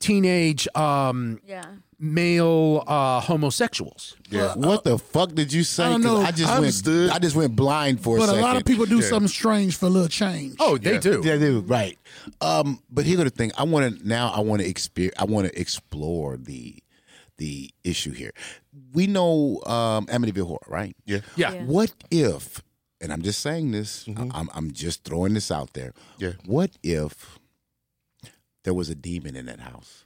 teenage um, Yeah. male uh, homosexuals. Yeah. What the fuck did you say? I don't 'Cause know. I just I went. understood. I just went blind for a But a second. lot of people do something strange for a little change. Oh, they do. Yeah, they were right. Um, but here's the thing. I want to now. I want to exper- I want to explore the the issue here. We know um, Amityville Horror, right? Yeah. Yeah. Yeah. Uh, What if? And I'm just saying this. I- I'm I'm just throwing this out there. Mm-hmm. Yeah. What if there was a demon in that house?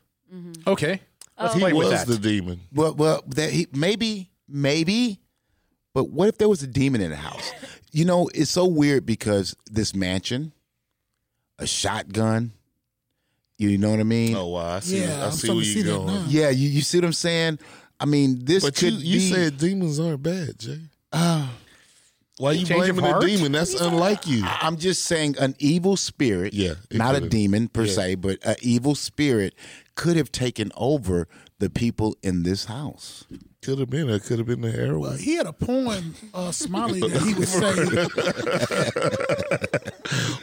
Okay. Oh. Let's He play with was that. the demon. Well, well, that he, maybe, maybe. But what if there was a demon in the house? You know, it's so weird because this mansion, a shotgun. You know what I mean? Oh wow, I see. Yeah, I I'm see starting where to see you that going. now. Yeah, you, you see what I'm saying? I mean, this But you, could you be- said demons aren't bad, Jay. Why you Change of blaming a heart? demon? That's unlike you. I- I'm just saying an evil spirit, Yeah, it not a could've. demon per se, but an evil spirit could have taken over the people in this house. Could have been. It could have been the Well, heroin. Uh, he had a poem, uh, Smiley, that he would say.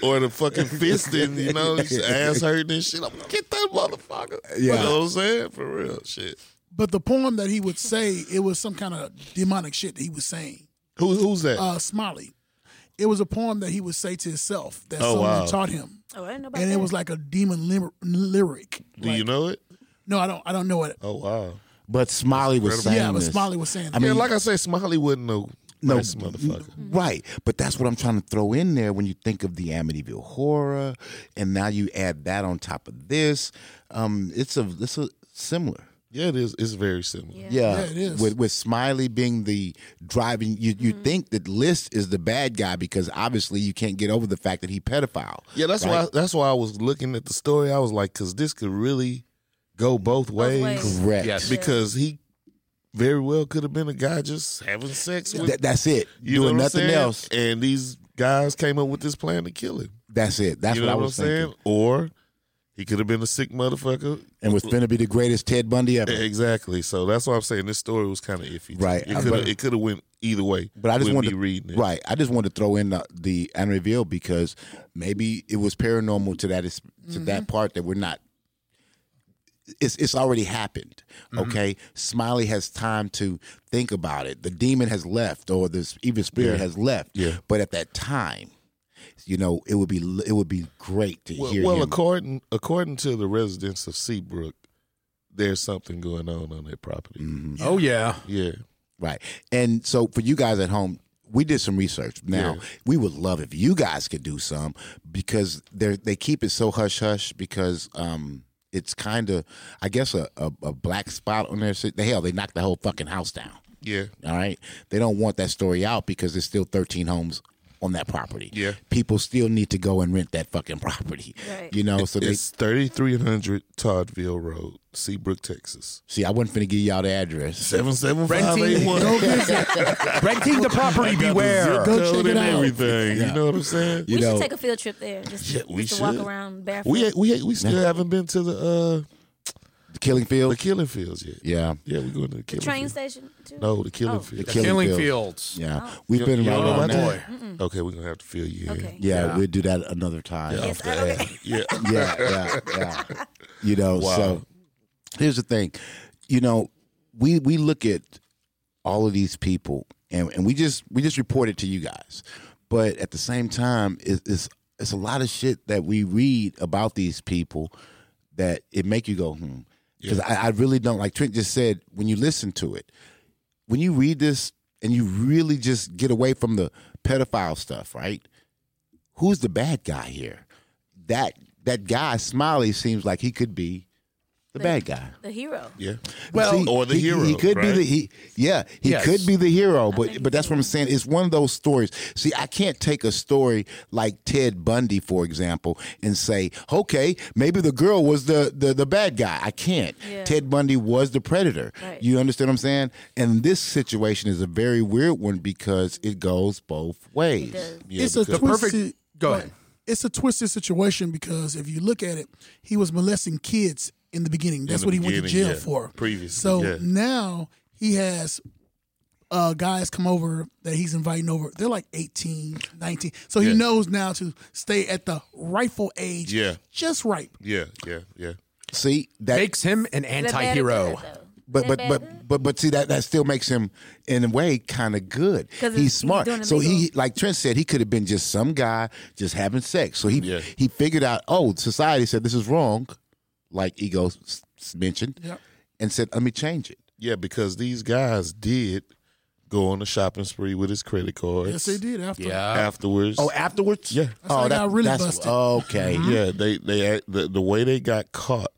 or the fucking fisting, you know, his ass hurting and shit. I'm gonna get that motherfucker. Yeah. You know what I'm saying? For real shit. But the poem that he would say, it was some kind of demonic shit that he was saying. Who, who's that? Uh, Smiley. It was a poem that he would say to himself that Oh, someone wow. had taught him. Oh, I didn't know about And that. it was like a demon lyr- lyric. Do you know it? No, I don't. I don't know it. Oh wow. But Smiley was saying Yeah, but this. Smiley was saying. I I mean, mean, yeah, like I say, Smiley wasn't no, No, nice motherfucker. Mm-hmm. Right. But that's what I'm trying to throw in there when you think of the Amityville horror and now you add that on top of this. Um it's a it's a similar. Yeah, it is. It's very similar. Yeah. Yeah, it is. Mm-hmm. With with Smiley being the driving you you think that List is the bad guy because obviously you can't get over the fact that he pedophile. Yeah, that's why. That's why I was looking at the story. I was like, because this could really go both ways. ways. Correct. Yes. Because he very well could have been a guy just having sex with That, that's it. you know Doing what I'm nothing saying? else. And these guys came up with this plan to kill him. That's it. That's you know what I what, was I'm thinking. saying? Or he could have been a sick motherfucker. And was finna be the greatest Ted Bundy ever. Exactly. So that's why I'm saying this story was kind of iffy. too. Right. It could have it could have went either way. But I just with wanted me to reading it. right. I just wanted to throw in the, the unreveal because maybe it was paranormal to that is- to Mm-hmm. that part that we're not. It's it's already happened. Mm-hmm. Okay, Smiley has time to think about it. The demon has left, or this evil spirit has left. Yeah. But at that time, you know, it would be l- it would be great to Well, hear well him. according according to the residents of Seabrook, there's something going on on that property. Mm. Oh, yeah. Yeah. Right. And so for you guys at home, we did some research. Now we would love if you guys could do some because they they keep it so hush hush because um it's kind of I guess a, a, a black spot on their city. Hell, they knocked the whole fucking house down. Yeah. All right, they don't want that story out because there's still 13 homes on that property. Yeah. people still need to go and rent that fucking property. Right. You know, so they It's 3300 Toddville Road, Seabrook, Texas. see. I wasn't finna give y'all the address. 77581. Go Renting the property, beware. Go check it and out. everything. You know what I'm saying? You we know, should take a field trip there. Just, Yeah, we just to walk should. around barefoot. We we we still haven't been to the uh Killing The Field. killing fields, yeah. Yeah, Yeah, we're going to the The killing train fields. station. Too? No, the Oh, killing Oh. fields. The Killing Fields. fields. yeah. We've been You right don't know on about that. that? Okay, we're going to have to fill you in. Okay. Yeah, Yeah. we'll do that another time. Yeah, Yes, I, okay. Yeah. yeah, yeah. You know, so here's the thing. You know, we we look at all of these people and, and we just we just report it to you guys. But at the same time, it, it's it's a lot of shit that we read about these people that it make you go, hmm. Because I, I really don't like Trent just said, when you listen to it, when you read this and you really just get away from the pedophile stuff, right? Who's the bad guy here? That that guy Smiley seems like he could be the bad guy. The hero. Yeah. Well, or the he, hero. He could be right? the he, yeah. He Yes. could be the hero, but but that's what I'm saying. It's one of those stories. See, I can't take a story like Ted Bundy, for example, and say, okay, maybe the girl was the the, the bad guy. I can't. Yeah. Ted Bundy was the predator. Right. You understand what I'm saying? And this situation is a very weird one because it goes both ways. does. Yeah, it's a because- perfect- twisted. go ahead. It's a twisted situation because if you look at it, he was molesting kids in the beginning. That's the what he went to beginning, jail yeah. for. Previously, so yeah. now he has uh, guys come over that he's inviting over. They're like 18, 19. So he Yeah. knows now to stay at the rightful age. Yeah. just right. Yeah, yeah, yeah. See that Makes him an The bad anti-hero. guy, though. But That but, bad guy? but but but see that that still makes him in a way kind of good. 'Cause He's he's smart. doing so he illegal. like Trent said he could have been just some guy just having sex. So he Yeah. he figured out oh society said this is wrong, like ego s- s- mentioned, Yep. and said let me change it. Yeah, because these guys did go on a shopping spree with his credit cards. Yes, they did after. Afterwards. Oh, afterwards, Yeah. That's how he got really that's busted. okay. Yeah, they they act- the, the way they got caught,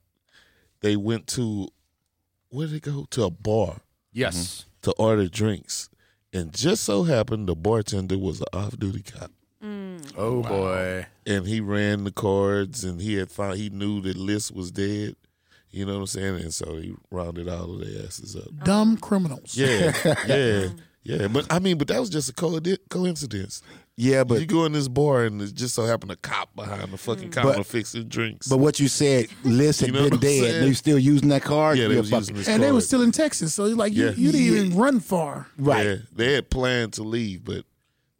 they went to where did they go to a bar Yes. to order drinks, and just so happened the bartender was an off duty cop, Oh boy. and he ran the cards, and he had found he knew that List was dead, you know what I'm saying, and so he rounded all of their asses up. Dumb criminals. Yeah, yeah, yeah. But I mean, but that was just a coidi- coincidence. Yeah, you but go in this bar, and it just so happened a cop behind the fucking counter fixing drinks. but what you said, Liz had You know been what I'm dead. saying? and You still using that card? yeah, they You're was fucking- using this And they card. were still in Texas, so like you, Yeah. you didn't even run far. right. Yeah, they had planned to leave, but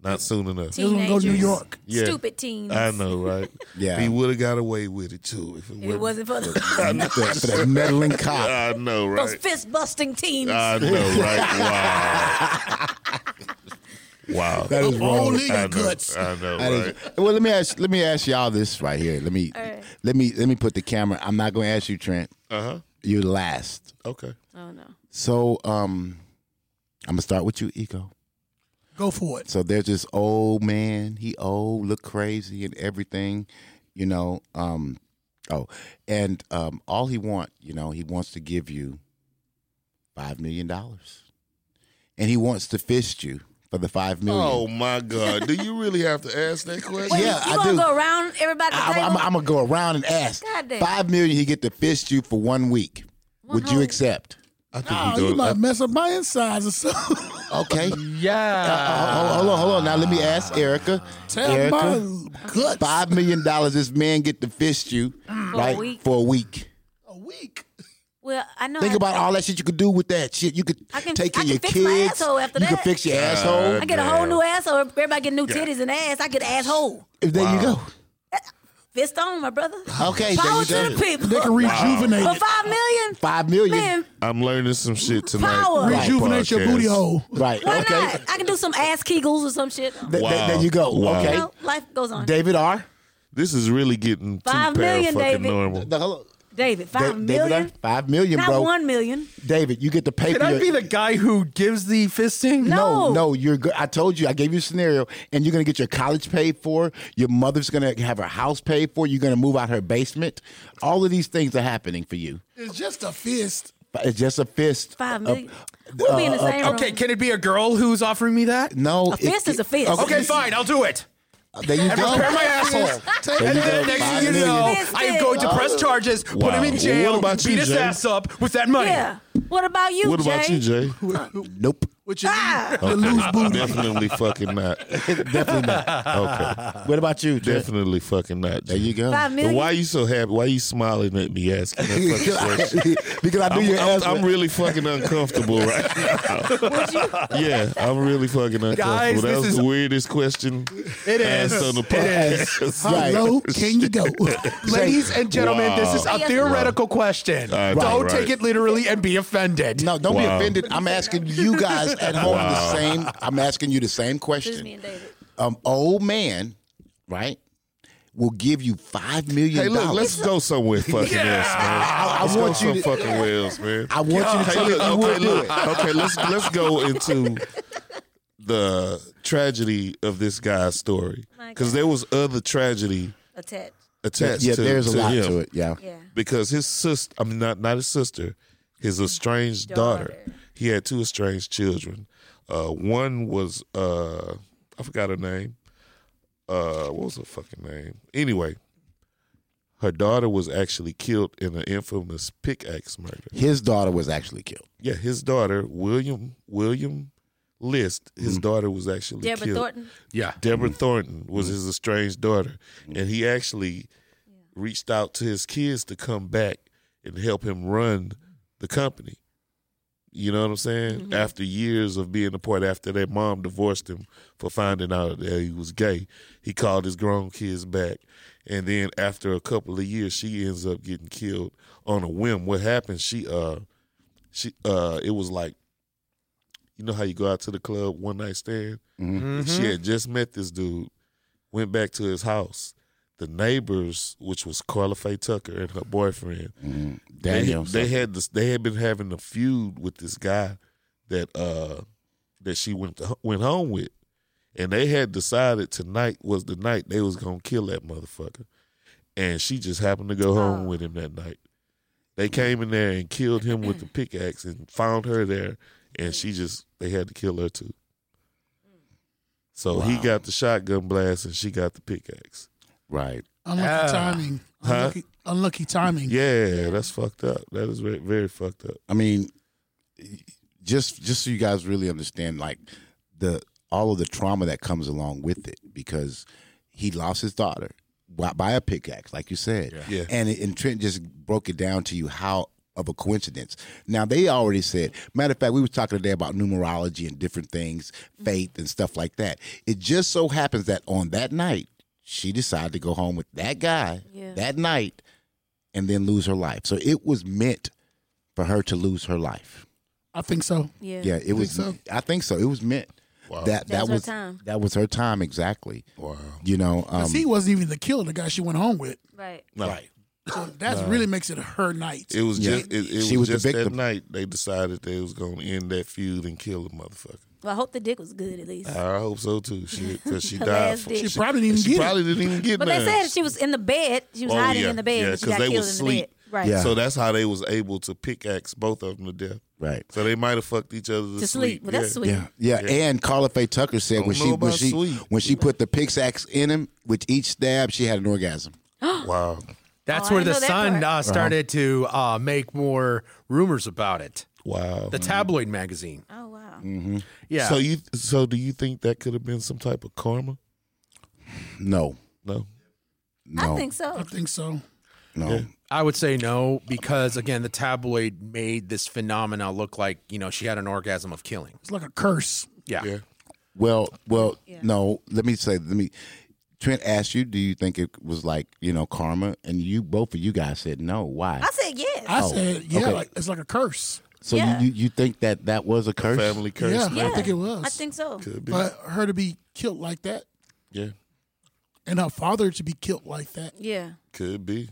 not soon enough. They was gonna go to New Teenagers. York. Yeah. Stupid teens. I know, right? Yeah. he would have got away with it too if it, If it wasn't for the, For that- for that meddling cop. I know, those right? fist busting teens. I know, right? Wow, Oh, wow. That is wrong. Only I your know, guts. I know, That is- right? well, let me ask let me ask y'all this right here. Let me right. let me let me put the camera. I'm not going to ask you, Trent. Uh huh. You're last. Okay. oh no. So, um, I'm gonna start with you, Eco. Go for it. So there's this old man. He old, look crazy and everything, you know. Um, oh, and um, all he want, you know, he wants to give you five million dollars, and he wants to fist you for the five million. Oh my God! Do you really have to ask that question? Wait, Yeah, you I gonna do. go around everybody? at the I, table? am I'm gonna go around and ask. God damn. Five million, he get to fist you for one week. Would you whole- accept? I think Oh, we you go. I, might mess up my insides or something. Okay. Yeah. Uh, hold, hold on, hold on. Now let me ask Erica. Tell Erica, my guts. five million dollars. This man get to fist you, right, Mm. week. for a week. a week. well, I know. Think I- about all that shit you could do with that shit. You could I can- take care I of your can fix my kids. asshole after you that. could fix your asshole. I get a whole new asshole. Everybody get new titties and ass. I get an asshole. there you go. Fist on, my brother. Okay, there Power you go. to the people. They can rejuvenate For it. five million, Five million. man. I'm learning some shit tonight. Power. on the Rejuvenate your podcast. booty hole. Right. Why okay. not? I can do some ass kegels or some shit. Th- th- Wow. there you go. Wow. Okay. You know, life goes on. David R. This is really getting too Five million, fucking David. normal. The hello. David, Da- five million. David R. Five million, Not bro. one million. David, you get to pay Can for I your- be the guy who gives the fisting? No, Oh. No. no, you're good. I told you, I gave you a scenario, and you're gonna get your college paid for. Your mother's gonna have her house paid for. You're gonna move out her basement. All of these things are happening for you. It's just a fist. But It's just a fist. Five of- million. we'll be in the uh, same room. Okay, can it be a girl who's offering me that? no, A fist is a fist. Okay, fine, I'll do it. There you And go. repair my asshole. There And you go. then next Five thing you know, million. Fist I am going to it. press charges, put him in Wow. jail, What about beat you, his Jay? ass up with that money. Yeah. What about you, What about you, Jay? Nope. Uh, With your ah! Okay. loose booty. Definitely fucking not. Definitely not. Okay. uh, What about you? Jeff? Definitely fucking not. There you go. Five But million. why you so happy? Why you smiling at me asking that fucking question? because I knew I'm, your I'm- ass. I'm was- really fucking uncomfortable right now. Yeah, I'm really fucking uncomfortable. Guys, that this was is- the weirdest question It asked is. on the It is. podcast. Right. Hello, can you go? Ladies and gentlemen, this is Wow. a theoretical question. I know, Don't right. take it literally and be offended. No, don't be Wow. offended. I'm asking you guys at home the same. I'm asking you the same Just me question. and David. Um, old man, right? Will give you five million Hey, look, let's dollars. go somewhere fucking else, man. I- I let's want go you some to- fucking else, man. I want you to Hey, tell me look, you will okay, do look, it. okay, let's let's go into the tragedy of this guy's story My because God. there was other tragedy Attached. attached. Yeah, to, there's a to lot him to it. Yeah. Yeah. because his sister, I mean, not not his sister, his estranged daughter. Daughter. He had two estranged children. Uh, one was uh, I forgot her name. Uh, what was her fucking name? Anyway, her daughter was actually killed in an infamous pickaxe murder. His daughter was actually killed. Yeah, his daughter William William List. His daughter was actually Deborah killed. Thornton. Yeah. Deborah Thornton was his estranged daughter, and he actually reached out to his kids to come back and help him run the company. You know what I'm saying? After years of being apart, after their mom divorced him for finding out that he was gay, he called his grown kids back. And then after a couple of years, she ends up getting killed on a whim. What happened? She uh, she uh, it was like, you know how you go out to the club one night stand. And she had just met this dude, went back to his house. The neighbors, which was Carla Faye Tucker and her boyfriend, Daniel. they, they had this, they had been having a feud with this guy that uh that she went to, went home with, and they had decided tonight was the night they was gonna kill that motherfucker, and she just happened to go home with him that night. They came in there and killed him with the pickaxe and found her there, and she just they had to kill her too. So he got the shotgun blast and she got the pickaxe. right. Unlucky timing. Unlucky, unlucky timing. Yeah, that's fucked up. That is very, very fucked up. I mean, just just so you guys really understand, like the all of the trauma that comes along with it, because he lost his daughter by, by a pickaxe, like you said, Yeah. and it, and Trent just broke it down to you how of a coincidence. Now they already said. Matter of fact, we were talking today about numerology and different things, faith and stuff like that. It just so happens that on that night, she decided to go home with that guy Yeah. that night, and then lose her life. So it was meant for her to lose her life. I think so. Yeah. Yeah, it was. so? I think so. It was meant that that That was her was time. that was her time exactly. Wow. You know, um, 'Cause he wasn't even the killer, the guy she went home with. Right. Right. So that really makes it her night. It was Yeah. just it, it She was, was the just that victim. night they decided they was gonna end that feud and kill the motherfucker. Well, I hope the dick was good at least. I hope so too. She because she Her died. last For, dick. she probably didn't she get probably didn't even get But none. they said she was in the bed. She was Oh, hiding yeah. in the bed. Yeah, but she 'cause got they killed was in the bed. asleep. Right. Yeah. So that's how they was able to pickaxe both of them to death. right. So they might have fucked each other to, To sleep. Well, that's Yeah. sweet. Yeah, yeah, and Carla Faye Tucker said Don't when know she when about she sweet. when she put the pickaxe in him with each stab, she had an orgasm. Wow. That's Oh, I where the know that Sun part. Uh-huh. uh, started to uh, make more rumors about it. Wow. The tabloid magazine. Oh wow. Yeah. Mm. So you so do you think that could have been some type of karma? No, No. no, I think I so. think so. no. I would say no because again, the tabloid made this phenomena look like you know she had an orgasm of killing. It's like a curse. Yeah. Yeah. Well, well, no. Let me say, let me. Trent asked you, do you think it was like you know karma? And you both of you guys said no. Why? I said yes. I Oh, said, yeah, okay. like, it's like a curse. so Yeah. you, you you think that that was a curse? Family curse. yeah, yeah. I think it was. I think so. Could be. but her to be killed like that yeah. and her father to be killed like that. Yeah. Could be.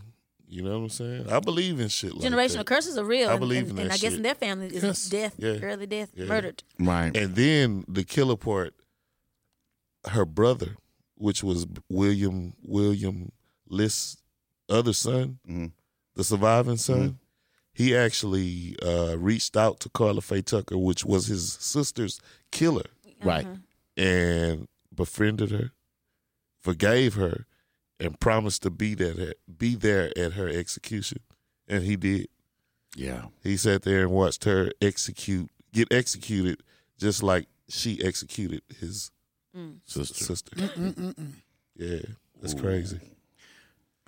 You know what I'm saying? I believe in shit like Generational that. curses are real. I and- believe and, in and that I guess shit. in their family is Yes. death, Yeah. early death, murdered. Right. And then the killer part, her brother, which was William William List's other son, Mm-hmm. Mhm. the surviving son, he actually uh, reached out to Carla Faye Tucker, which was his sister's killer, Uh-huh. Right. and befriended her, forgave her, and promised to be there be there at her execution, and he did. Yeah. He sat there and watched her execute, get executed just like she executed his Mm. sister. sister. Yeah, that's crazy.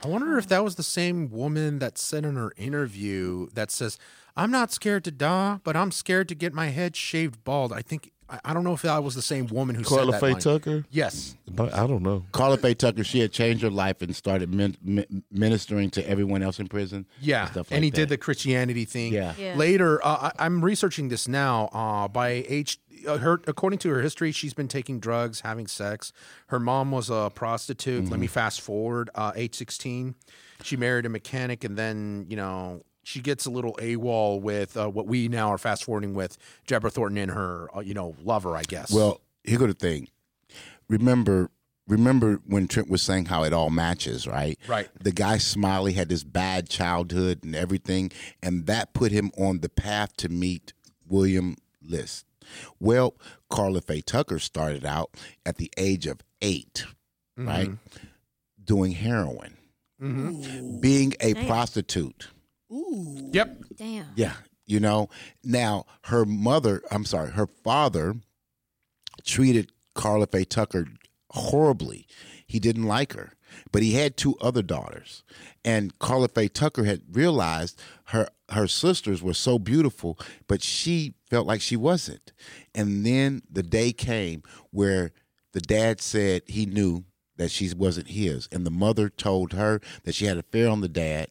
I wonder if that was the same woman that said in her interview that says, "I'm not scared to die, but I'm scared to get my head shaved bald." I think I, I don't know if that was the same woman who Carla said that. Faye line. Tucker. Yes, But I don't know. Carla Faye Tucker, she had changed her life and started min- min- ministering to everyone else in prison. yeah, and, stuff like and he that. did the Christianity thing. Yeah. Yeah. Later, uh, I, I'm researching this now. Uh, by age, uh, her according to her history, she's been taking drugs, having sex. Her mom was a prostitute. Let me Mm-hmm. fast forward. Uh, age 16, she married a mechanic, and then you know she gets a little AWOL with uh, what we now are fast forwarding with Deborah Thornton and her, uh, you know, lover, I guess. Well, here go the thing. Remember, remember when Trent was saying how it all matches, right? Right. The guy Smiley had this bad childhood and everything, and that put him on the path to meet William List. Well, Carla Faye Tucker started out at the age of 8 right? Doing heroin, Mm-hmm. being a prostitute. yep. Damn. Yeah. You know, now her mother, I'm sorry, her father treated Carla Faye Tucker horribly. He didn't like her, but he had two other daughters. And Carla Faye Tucker had realized her her sisters were so beautiful, but she felt like she wasn't. And then the day came where the dad said he knew that she wasn't his, and the mother told her that she had an affair on the dad,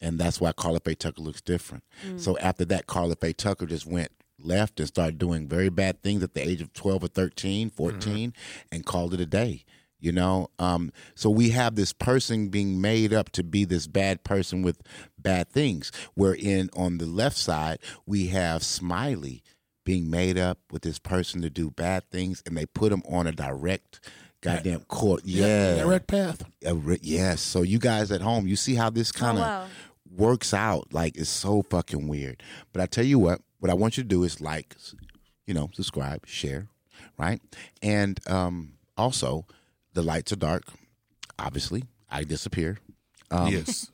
and that's why Carla Faye Tucker looks different. So after that, Carla Faye Tucker just went left and started doing very bad things at the age of 12 or 13, 14, and called it a day. You know, um, so we have this person being made up to be this bad person with bad things. Wherein on the left side, we have Smiley being made up with this person to do bad things, and they put him on a direct goddamn court. Yeah. Direct path. A re- yes. So you guys at home, you see how this kind of Oh, wow. works out. Like it's so fucking weird. But I tell you what, what I want you to do is like, s- you know, subscribe, share, right? And um, also, the lights are dark. Obviously, I disappear. yes.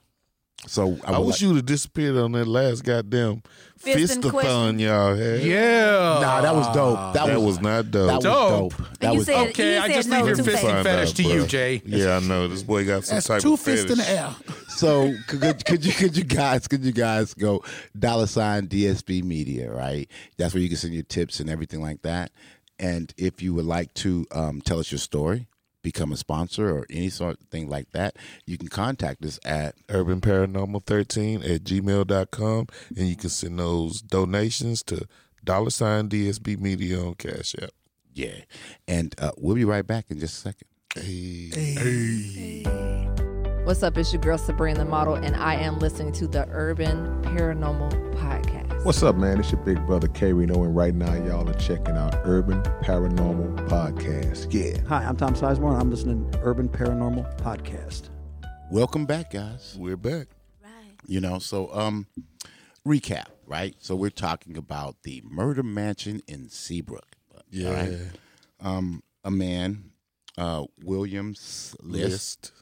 So Um, I, I would wish like- you would have disappeared on that last goddamn Fist fist and fistathon y'all had. Yeah. Nah, that was dope. That, That was, was not that dope. was Dope. dope. And That you was said- Okay, He I just no leave your to fisting fake. fetish to Find out, you, bro. Jay. Yeah, I know this boy got some That's type two of fetish. fists in the air. So could, could you could you guys could you guys go dollar sign DSB Media right? That's where you can send your tips and everything like that. And if you would like to um, tell us your story, become a sponsor or any sort of thing like that, you can contact us at Urban Paranormal 13 at gmail.com. And you can send those donations to dollar sign DSB Media on Cash App. yeah. And uh, we'll be right back in just a second. What's up? It's your girl Sabrina the Model, and I am listening to the Urban Paranormal Podcast. What's up, man? It's your big brother K Reno, and right now y'all are checking out Urban Paranormal Podcast. Yeah. Hi, I'm Tom Sizemore, and I'm listening to Urban Paranormal Podcast. Welcome back, guys. We're back. You know, so um recap, right? So we're talking about the murder mansion in Seabrook. all Yeah. right? Um a man, uh Williams List, List.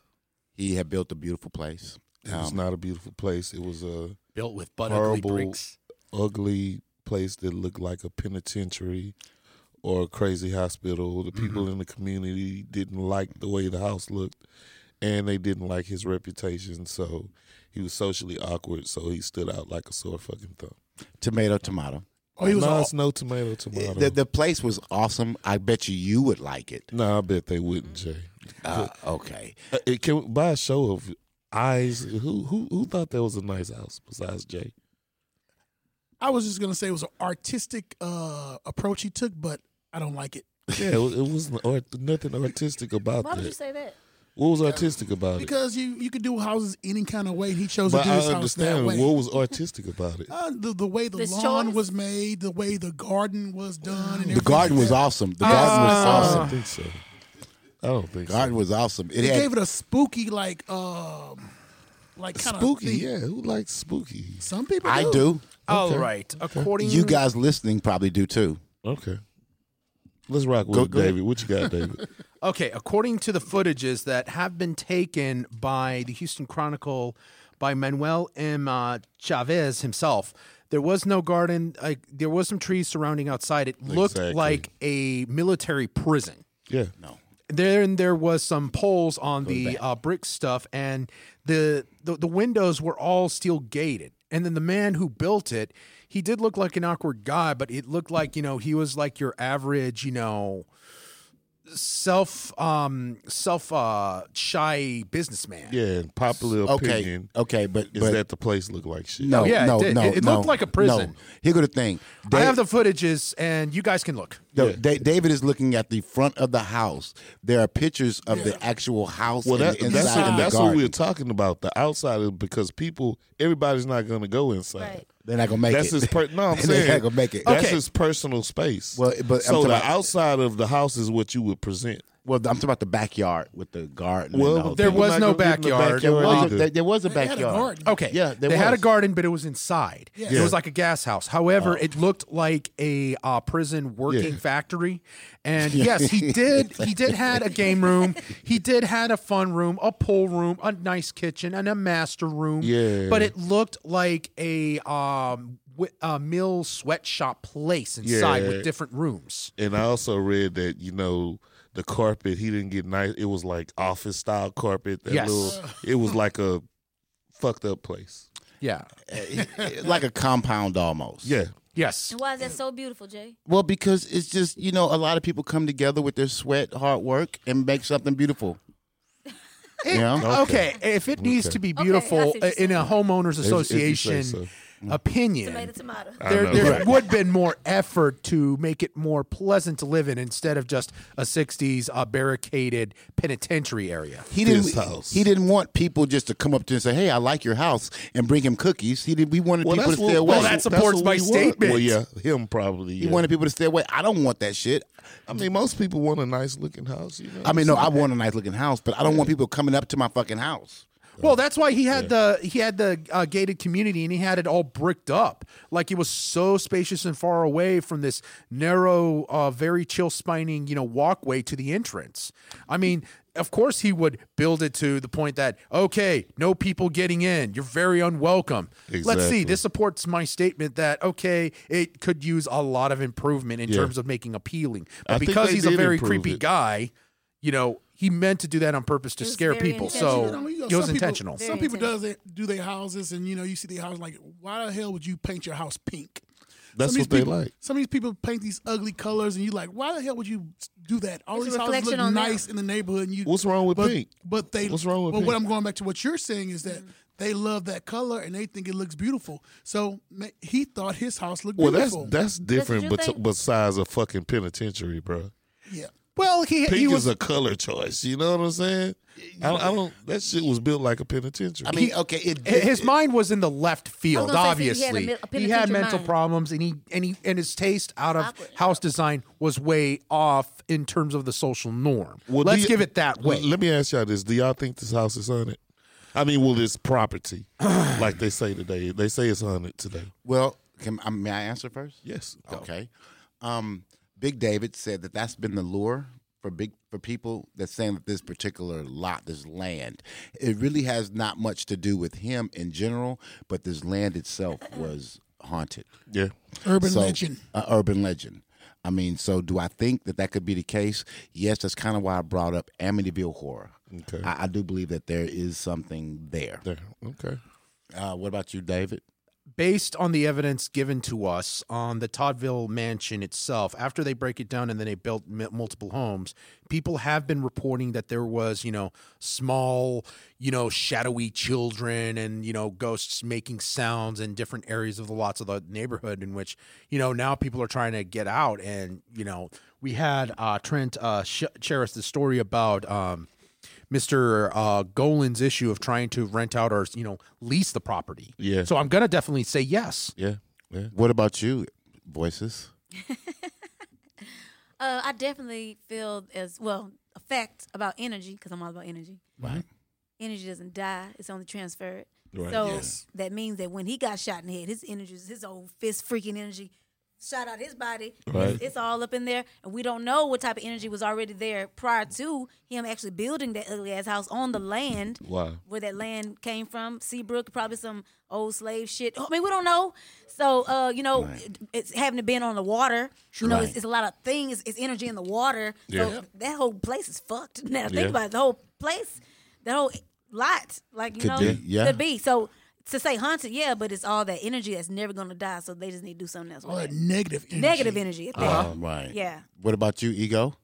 he had built a beautiful place. Um, It was not a beautiful place. It was a Built with butt ugly Horrible. bricks. ugly place that looked like a penitentiary or a crazy hospital. The Mm-hmm. people in the community didn't like the way the house looked and they didn't like his reputation. So he was socially awkward. So he stood out like a sore fucking thumb. Tomato tomato. Oh, he was no, all, it's no tomato, tomato. The the place was awesome. I bet you you would like it. no, I bet they wouldn't, Jay. Uh, okay. Uh, It can by a show of eyes. Who who who thought that was a nice house besides Jay? I was just gonna say it was an artistic uh, approach he took, but I don't like it. Yeah, it, it wasn't art, nothing artistic about Why would you that. say that? What was artistic about it? Because you you could do houses any kind of way. He chose But to do I his house that understand way. what was artistic about it. Uh, the, the way the This lawn choice? was made, the way the garden was done, and The everything garden like was that. awesome. The garden was I awesome. don't think so. I don't think Garden was awesome. It It had gave it a spooky like um like so. kind Spooky, of yeah. Who likes spooky? Some people I do. do. All right. According You guys listening probably do too. Okay. Let's rock with Go- it, go ahead. David. What you got, David? Okay, according to the footages that have been taken by the Houston Chronicle by Manuel M. uh, Chavez himself, There was no garden. Like there was some trees surrounding outside. It looked Exactly. like a military prison. Yeah. No. Then there was some poles on the uh, brick stuff, and the, the the windows were all steel gated. And then the man who built it, he did look like an awkward guy, but it looked like you know he was like your average, you know, self um self uh shy businessman. Yeah, and popular Okay. opinion Okay, but is but that the place look like shit. no, Oh, Yeah, it no, did. no, It- it no, looked like a prison. No. Here go the thing. I They- have the footages, and you guys can look. No, Da- David is looking at the front of the house. There are pictures of the actual house Well, and that, the that's, inside and the that's what garden. we were talking about. The outside is because people, everybody's not going to go inside. Right. They're not gonna make that's it. his per- no. I'm They're not saying gonna make it. That's Okay. his personal space. Well, but I'm so talking the about- outside of the house is what you would present. Well, I'm talking about the backyard with the garden. Well, and the whole There thing. people was not no gonna get in the backyard. there was, a, either. there, there was a They had a backyard. garden. Okay. Yeah, there they had a was. garden, but it was inside. Yeah. It was like a gas house. However, it looked like a uh, prison working factory. And yes, he did. He did had a game room. He did had a fun room, a pool room, a nice kitchen, and a master room. Yeah. But it looked like a um w- a mill sweatshop place Yeah. inside with different rooms. And I also read that you know the carpet he didn't get nice. It was like office style carpet. That Yes. little, it was like a fucked up place. Yeah. Oh, like a compound almost. Yeah, Yes. And why is that so beautiful, Jay? Well, because it's just you know a lot of people come together with their sweat, hard work, and make something beautiful. you know, Okay. if it needs to be I see what beautiful uh, you're in a if homeowners you say association so. opinion, Tomato, tomato. I there, know, there right? would been more effort to make it more pleasant to live in instead of just a 60s uh, barricaded penitentiary area. he didn't. This house. He didn't want people just to come up to him and say, "Hey, I like your house," and bring him cookies. He did. We wanted people to what- stay away. Well, that supports what my we want. statement. Well, yeah, him probably. he yeah. wanted people to stay away. I don't want that shit. I mean, most people want a nice looking house. You know? I mean, no, I want a nice looking house, but I don't want people coming up to my fucking house. Well, that's why he had the he had the uh, gated community and he had it all bricked up. Like it was so spacious and far away from this narrow, uh, very chill spining, you know, walkway to the entrance. I mean, of course he would build it to the point that okay, no people getting in. You're very unwelcome. Let's see. Exactly. This supports my statement that okay, it could use a lot of improvement in Yeah. terms of making appealing. But I think because they he's a did very improve creepy it. guy, you know. He meant to do that on purpose to It was scare very people. intentional. So You know, you know, it was some intentional. People, some people does it, do their houses, and you know, you see their house like, why the hell would you paint your house pink? That's some of what these they people, like. Some of these people paint these ugly colors, and you like, why the hell would you do that? All It's a these houses reflection look on them. nice in the neighborhood, and you. What's wrong with but, pink? But they. What's wrong with But what pink? I'm going back to what you're saying is Mm-hmm. that they love that color and they think it looks beautiful. So ma- he thought his house looked Well, that's beautiful. that's different, you but think? besides a fucking penitentiary, bro. yeah. Well, he Pink he was is a color choice. You know what I'm saying? I, I don't. That shit was built like a penitentiary. I mean, okay, it, hi- his mind was in the left field. gonna say, so he had a Obviously, he mi- a had penitentiary mental mind. problems, and he and he and his taste out of Awkward. house design was way off in terms of the social norm. Well, do Let's you- give it that way. L- Let me ask y'all this: Do y'all think this house is haunted? I mean, will this property, like they say today, they say it's haunted today. Oh, well, can, um, may I answer first? Yes. Okay. Um, Big David said that that's been the lure for big for people that's saying that this particular lot, this land, it really has not much to do with him in general, but this land itself was haunted. Yeah. Urban So- legend. Uh, urban legend. I mean, so do I think that that could be the case? Yes, that's kind of why I brought up Amityville horror. Okay. I, I do believe that there is something there. There. Okay. Uh, what about you, David? based on the evidence given to us on the Toddville mansion itself, after they break it down and then they built m- multiple homes, people have been reporting that there was, you know, small, you know, shadowy children and, you know, ghosts making sounds in different areas of the lots of the neighborhood in which, you know, now people are trying to get out. And, you know, we had uh, Trent uh, sh- share us the story about, um, Mr. Uh, Golan's issue of trying to rent out or you know lease the property. Yeah. So I'm gonna definitely say yes. Yeah. Yeah. What about you, voices? Uh, I definitely feel as well a fact about energy because I'm all about energy. Right. Energy doesn't die; it's only transferred. Right, so yes. that means that when he got shot in the head, his energy, his old fist freaking energy, shot out his body. Right. It's, it's all up in there, and we don't know what type of energy was already there prior to him actually building that ugly ass house on the land Wow. where that land came from, Seabrook, probably some old slave shit. I mean, we don't know. So, uh, you know, it- it's having to been on the water. You know, it's, it's a lot of things. It's energy in the water. Yeah. So that whole place is fucked. Now think Yeah. about it. The whole place, that whole lot, like you Could know, be, yeah. could be. So to say haunted, yeah, but it's all that energy that's never gonna die. So they just need to do something else. All With that it. negative energy. Negative energy. at that. Uh-huh. right. Yeah. What about you, Ego?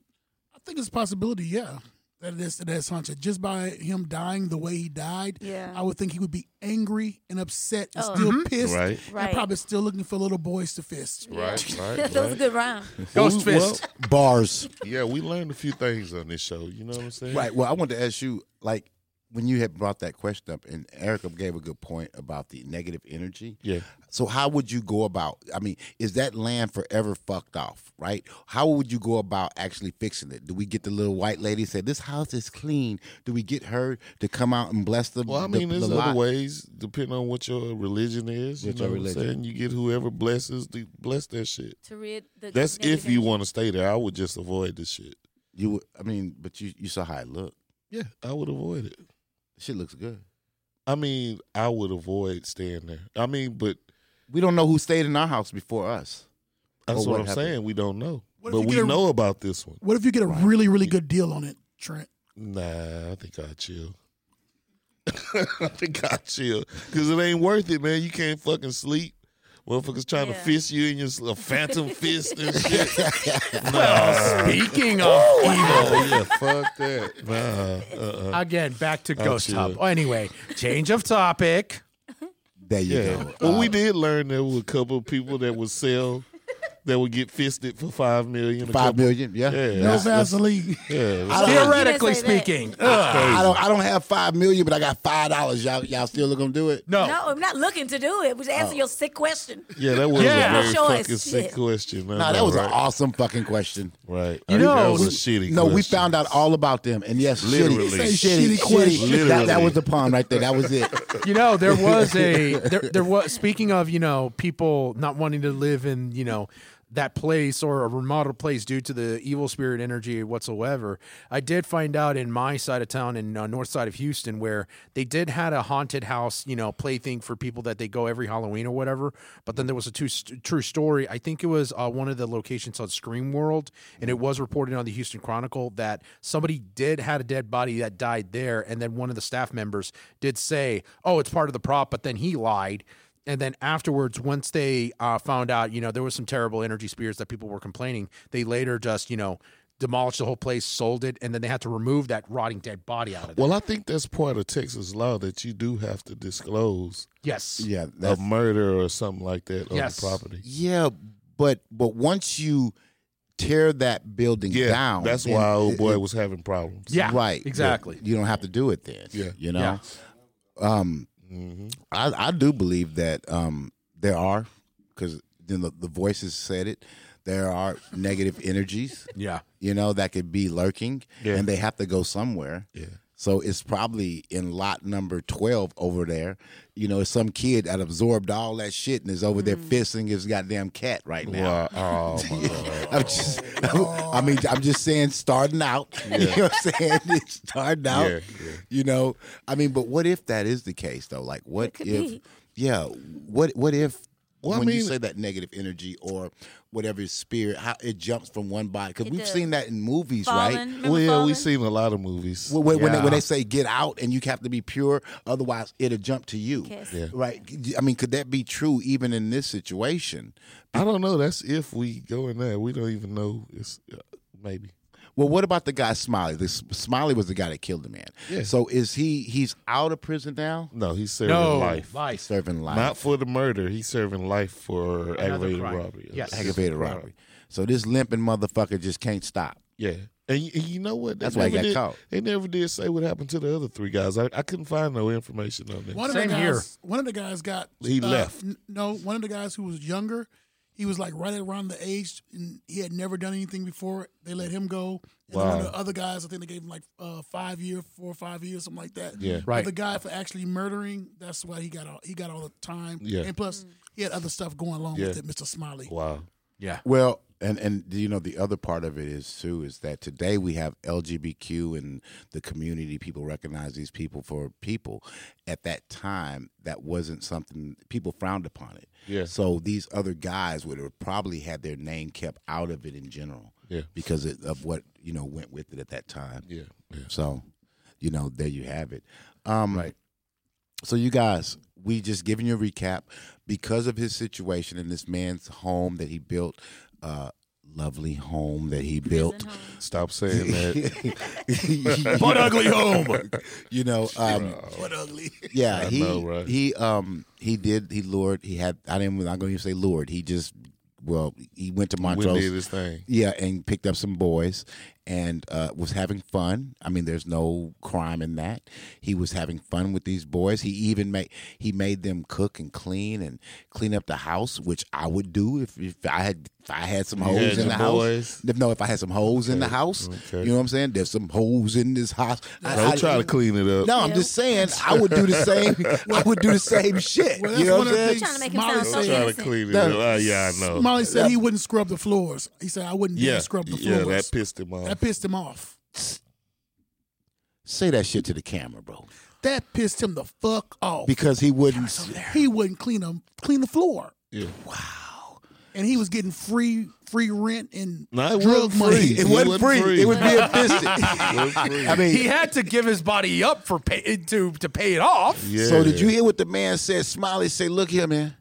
I think it's a possibility, yeah. That is that is haunted. Just by him dying the way he died, Yeah. I would think he would be angry and upset and Oh. still pissed. Right. Right. And probably still looking for little boys to fist. Right, right, that was a right. good rhyme. Ghost Well, fist. Bars. Yeah, we learned a few things on this show. You know what I'm saying? Right. Well, I wanted to ask you, like, when you had brought that question up, and Erica gave a good point about the negative energy. Yeah. So, how would you go about? I mean, is that land forever fucked off? Right. How would you go about actually fixing it? Do we get the little white lady say this house is clean? Do we get her to come out and bless the? Well, I the- mean, there's the other lot? ways, depending on what your religion is. You What's know your what I'm religion? saying? You get whoever blesses, the, bless that shit. To read the That's if negative you energy. want to stay there. I would just avoid the shit. You. would- I mean, but you you saw how it looked. Yeah, I would avoid it. She looks good. I mean, I would avoid staying there. I mean, but We don't know who stayed in our house before us. that's what, Or what I'm happened? saying. We don't know. What if but you we get a- know about this one. What if you get a really, really good deal on it, Trent? Nah, I think I chill. I think I chill because it ain't worth it, man. You can't fucking sleep. Motherfuckers trying to Yeah. fist you in your s- a phantom fist and shit. Well, speaking of evil, oh yeah, fuck that. Nah, uh-uh. again, back to Oh, Ghost shit. Hub. Anyway, change of topic. There you Yeah. go. Well, Uh, we did learn there were a couple of people that would sell, that would get fisted for five million. a five couple- million. Yeah. Yeah. No that's- Vaseline. Yeah, that's- Theoretically You didn't say that. speaking, ugh, I don't. I don't have five million, but I got five dollars. Y'all, y'all still gonna do it? no. No, I'm not looking to do it. Just Oh. answer your sick question. yeah, that was Yeah. a very Sure as fucking sick shit. question. I No, that know, was right? an awesome fucking question. Right. You I think that know, was a we- shitty No, we question. found out all about them, and yes, Literally. shitty, Say shitty, shitty question. shitty. That, that Literally. was the pun right there. That was it. You know, there was a there, there was speaking of you know people not wanting to live in you know that place or a remodeled place due to the evil spirit energy whatsoever. I did find out in my side of town in uh, north side of Houston where they did had a haunted house you know plaything for people that they go every Halloween or whatever. But then there was a two, st- true story. I think it was uh, one of the locations on Scream World, and it was reported on the Houston Chronicle that somebody did had a dead body that died there, and then one of the staff members did say, "Oh, it's part of the prop," but then he lied. And then afterwards, once they uh, found out, you know, there was some terrible energy spirits that people were complaining. They later just, you know, demolished the whole place, sold it, and then they had to remove that rotting dead body out of there. Well, I think that's part of Texas law that you do have to disclose yes. Yeah, a that's, murder or something like that on Yes. the property. yeah, but but once you tear that building Yeah, down, that's then why old it- boy it- was having problems. Yeah. right, Exactly. You don't have to do it then. Yeah. you know. Yeah. Um, hmm I, I do believe that um, there are because then the, the voices said it. There are negative energies, Yeah. you know, that could be lurking, Yeah. and they have to go somewhere. Yeah. So it's probably in lot number 12 over there. You know, some kid that absorbed all that shit and is over Mm. there fisting his goddamn cat right now. Wow. Oh my god. I'm just, I mean, I'm just saying, starting out. You know what I'm saying? It's starting out. Yeah, yeah. You know, I mean, but what if that is the case though? Like, what It could if? be. Yeah, what what if? Well, I when you mean- say that negative energy or whatever spirit, how it jumps from one body because It we've does. seen that in movies, right? Fallen. Remember Well, yeah, Fallen? we've seen a lot of movies. When, when, when, they, Yeah. when they say get out and you have to be pure, otherwise it'll jump to you. Yes. Yeah. Right? I mean, could that be true even in this situation? I don't know. That's if we go in there. We don't even know. It's uh, maybe. Well, what about the guy Smiley? This Smiley was the guy that killed the man. Yeah. So is he? He's out of prison now, No, he's serving No. life. Life. serving life, Not for the murder. He's serving life for aggravated crime. robbery. Yes. aggravated robbery. So this limping motherfucker just can't stop. Yeah. And you, and you know what? They That's why he never got did- caught. They never did say what happened to the other three guys. I, I couldn't find no information on them. One of Same the guys, here. One of the guys got. uh, He left. n- no, one of the guys who was younger, he was like right around the age, and he had never done anything before. They let him go. And then one of Wow. the other guys, I think they gave him like uh, five year, four or five years, something like that. Yeah. But Right. The guy for actually murdering, that's why he got all he got all the time. Yeah. And plus, he had other stuff going along with Yeah. it, Mr. Smiley. Wow. Yeah. Well, and and you know the other part of it is too is that today we have LGBTQ and the community people recognize these people for people. At that time, that wasn't something people frowned upon it. Yeah. So these other guys would have probably had their name kept out of it in general. Yeah. Because it, of what you know went with it at that time. Yeah, yeah. So, you know, there you have it. Um, Right. So, you guys, we just giving you a recap because of his situation in this man's home that he built, uh, lovely home that he built. Stop saying that. but ugly home. You know, um, What ugly. yeah, Oh. I he know, right? he um he did he lured he had I didn't I'm not going to say lured he just well he went to we Montrose did this thing. yeah, and picked up some boys and uh, was having fun. I mean, there's no crime in that. He was having fun with these boys. He even made he made them cook and clean and clean up the house, which I would do if, if I had if I had some holes had in the your house. boys? If, no, if I had some holes in the house, okay. you know what I'm saying? There's some holes in this house. I- Don't I- try to clean it up. No, I'm just saying I would do the same. I would do the same shit. Well, you that's know one what of I'm saying? the things Trying to make him Molly sound so said. Don't try to clean it up. Ah, yeah, I know. Molly said he wouldn't scrub the floors. He said, I wouldn't yeah, yeah, scrub the yeah, that floors. pissed him off. That pissed him off. Say that shit to the camera, bro, That pissed him the fuck off. because he wouldn't. he wouldn't clean them, clean the floor. Yeah. And he was getting free free rent and No, it drug wasn't money. free. It It wasn't wasn't free. free. It was being fisted. I I mean, He had to give his body up for pay, to to pay it off. yeah. So did you hear what the man said? Smiley say, "Look here, man,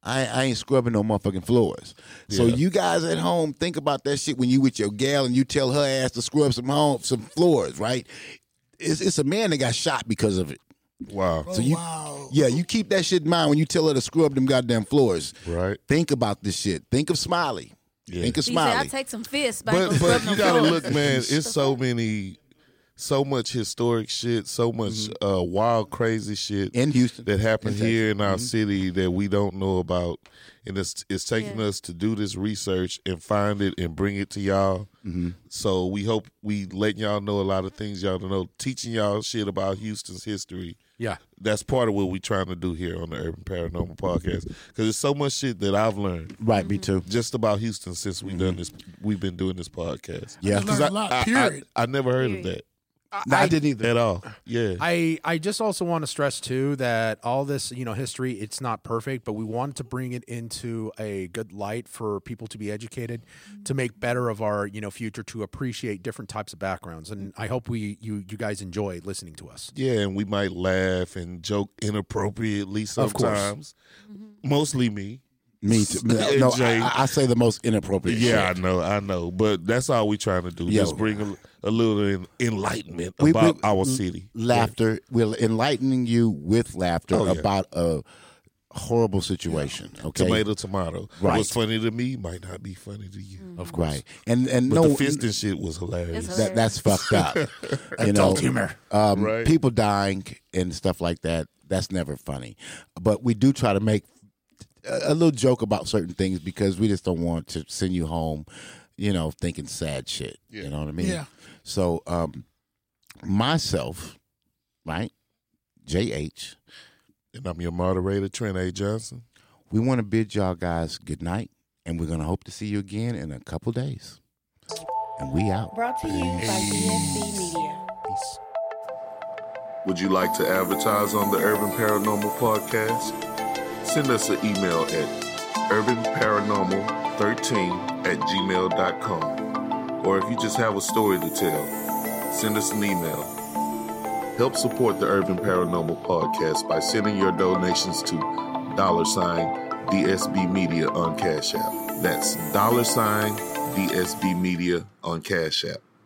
I, I ain't scrubbing no motherfucking floors." So Yeah. you guys at home think about that shit when you with your gal and you tell her ass to scrub some home some floors, right? It's, it's a man that got shot because of it. Oh, Wow. So you, wow. yeah, you keep that shit in mind when you tell her to scrub them goddamn floors. Right. Think about this shit. Think of Smiley. Yeah. Think of He said, I Smiley. take some fists, but, I ain't But gonna but scrub you no gotta floors." look, man. It's so many, so much historic shit, so much Mm-hmm. uh, wild, crazy shit in Houston. that happened Texas. here in our city that we don't know about, and it's it's taking Yeah. us to do this research and find it and bring it to y'all. Mm-hmm. So we hope we letting y'all know a lot of things y'all don't know, teaching y'all shit about Houston's history. Yeah. That's part of what we're trying to do here on the Urban Paranormal Podcast because there's so much shit that I've learned Right, me too. Mm-hmm. just about Houston since we've done this. We've been doing this podcast. Yeah. I uh, learned a lot, period. I, I never heard of that Period. No, I didn't either. at all. Yeah, I, I just also want to stress too that all this you know history it's not perfect but we wanted to bring it into a good light for people to be educated to make better of our you know future to appreciate different types of backgrounds and I hope we you you guys enjoy listening to us yeah, and we might laugh and joke inappropriately course. sometimes. Mostly me. Me too. No, no, I, Jay. I- I say the most inappropriate. Yeah, shit. I know, I know. But that's all we're trying to do. Yeah. Just bring a, a little en- enlightenment We- we- about our city. laughter. We're enlightening you with laughter Oh, yeah. about a horrible situation. Okay, Tomato, tomato. Right. What's funny to me might not be funny to you. of course, right? And and But no, the fist and shit was hilarious. That's that, that's fucked up. you know, humor. Um, Right. People dying and stuff like that. That's never funny. But we do try to make a, a little joke about certain things because we just don't want to send you home, you know, thinking sad shit. You Yeah. know what I mean? Yeah. So, um, myself, right? JH. and I'm your moderator, Trent A. Johnson. We want to bid y'all guys good night, and we're going to hope to see you again in a couple days. And we out. Brought to you by DSB Media. Would you like to advertise on the Urban Paranormal Podcast? Send us an email at urbanparanormal13 at gmail.com. Or if you just have a story to tell, send us an email. Help support the Urban Paranormal Podcast by sending your donations to dollar sign DSB Media on Cash App. That's dollar sign DSB Media on Cash App.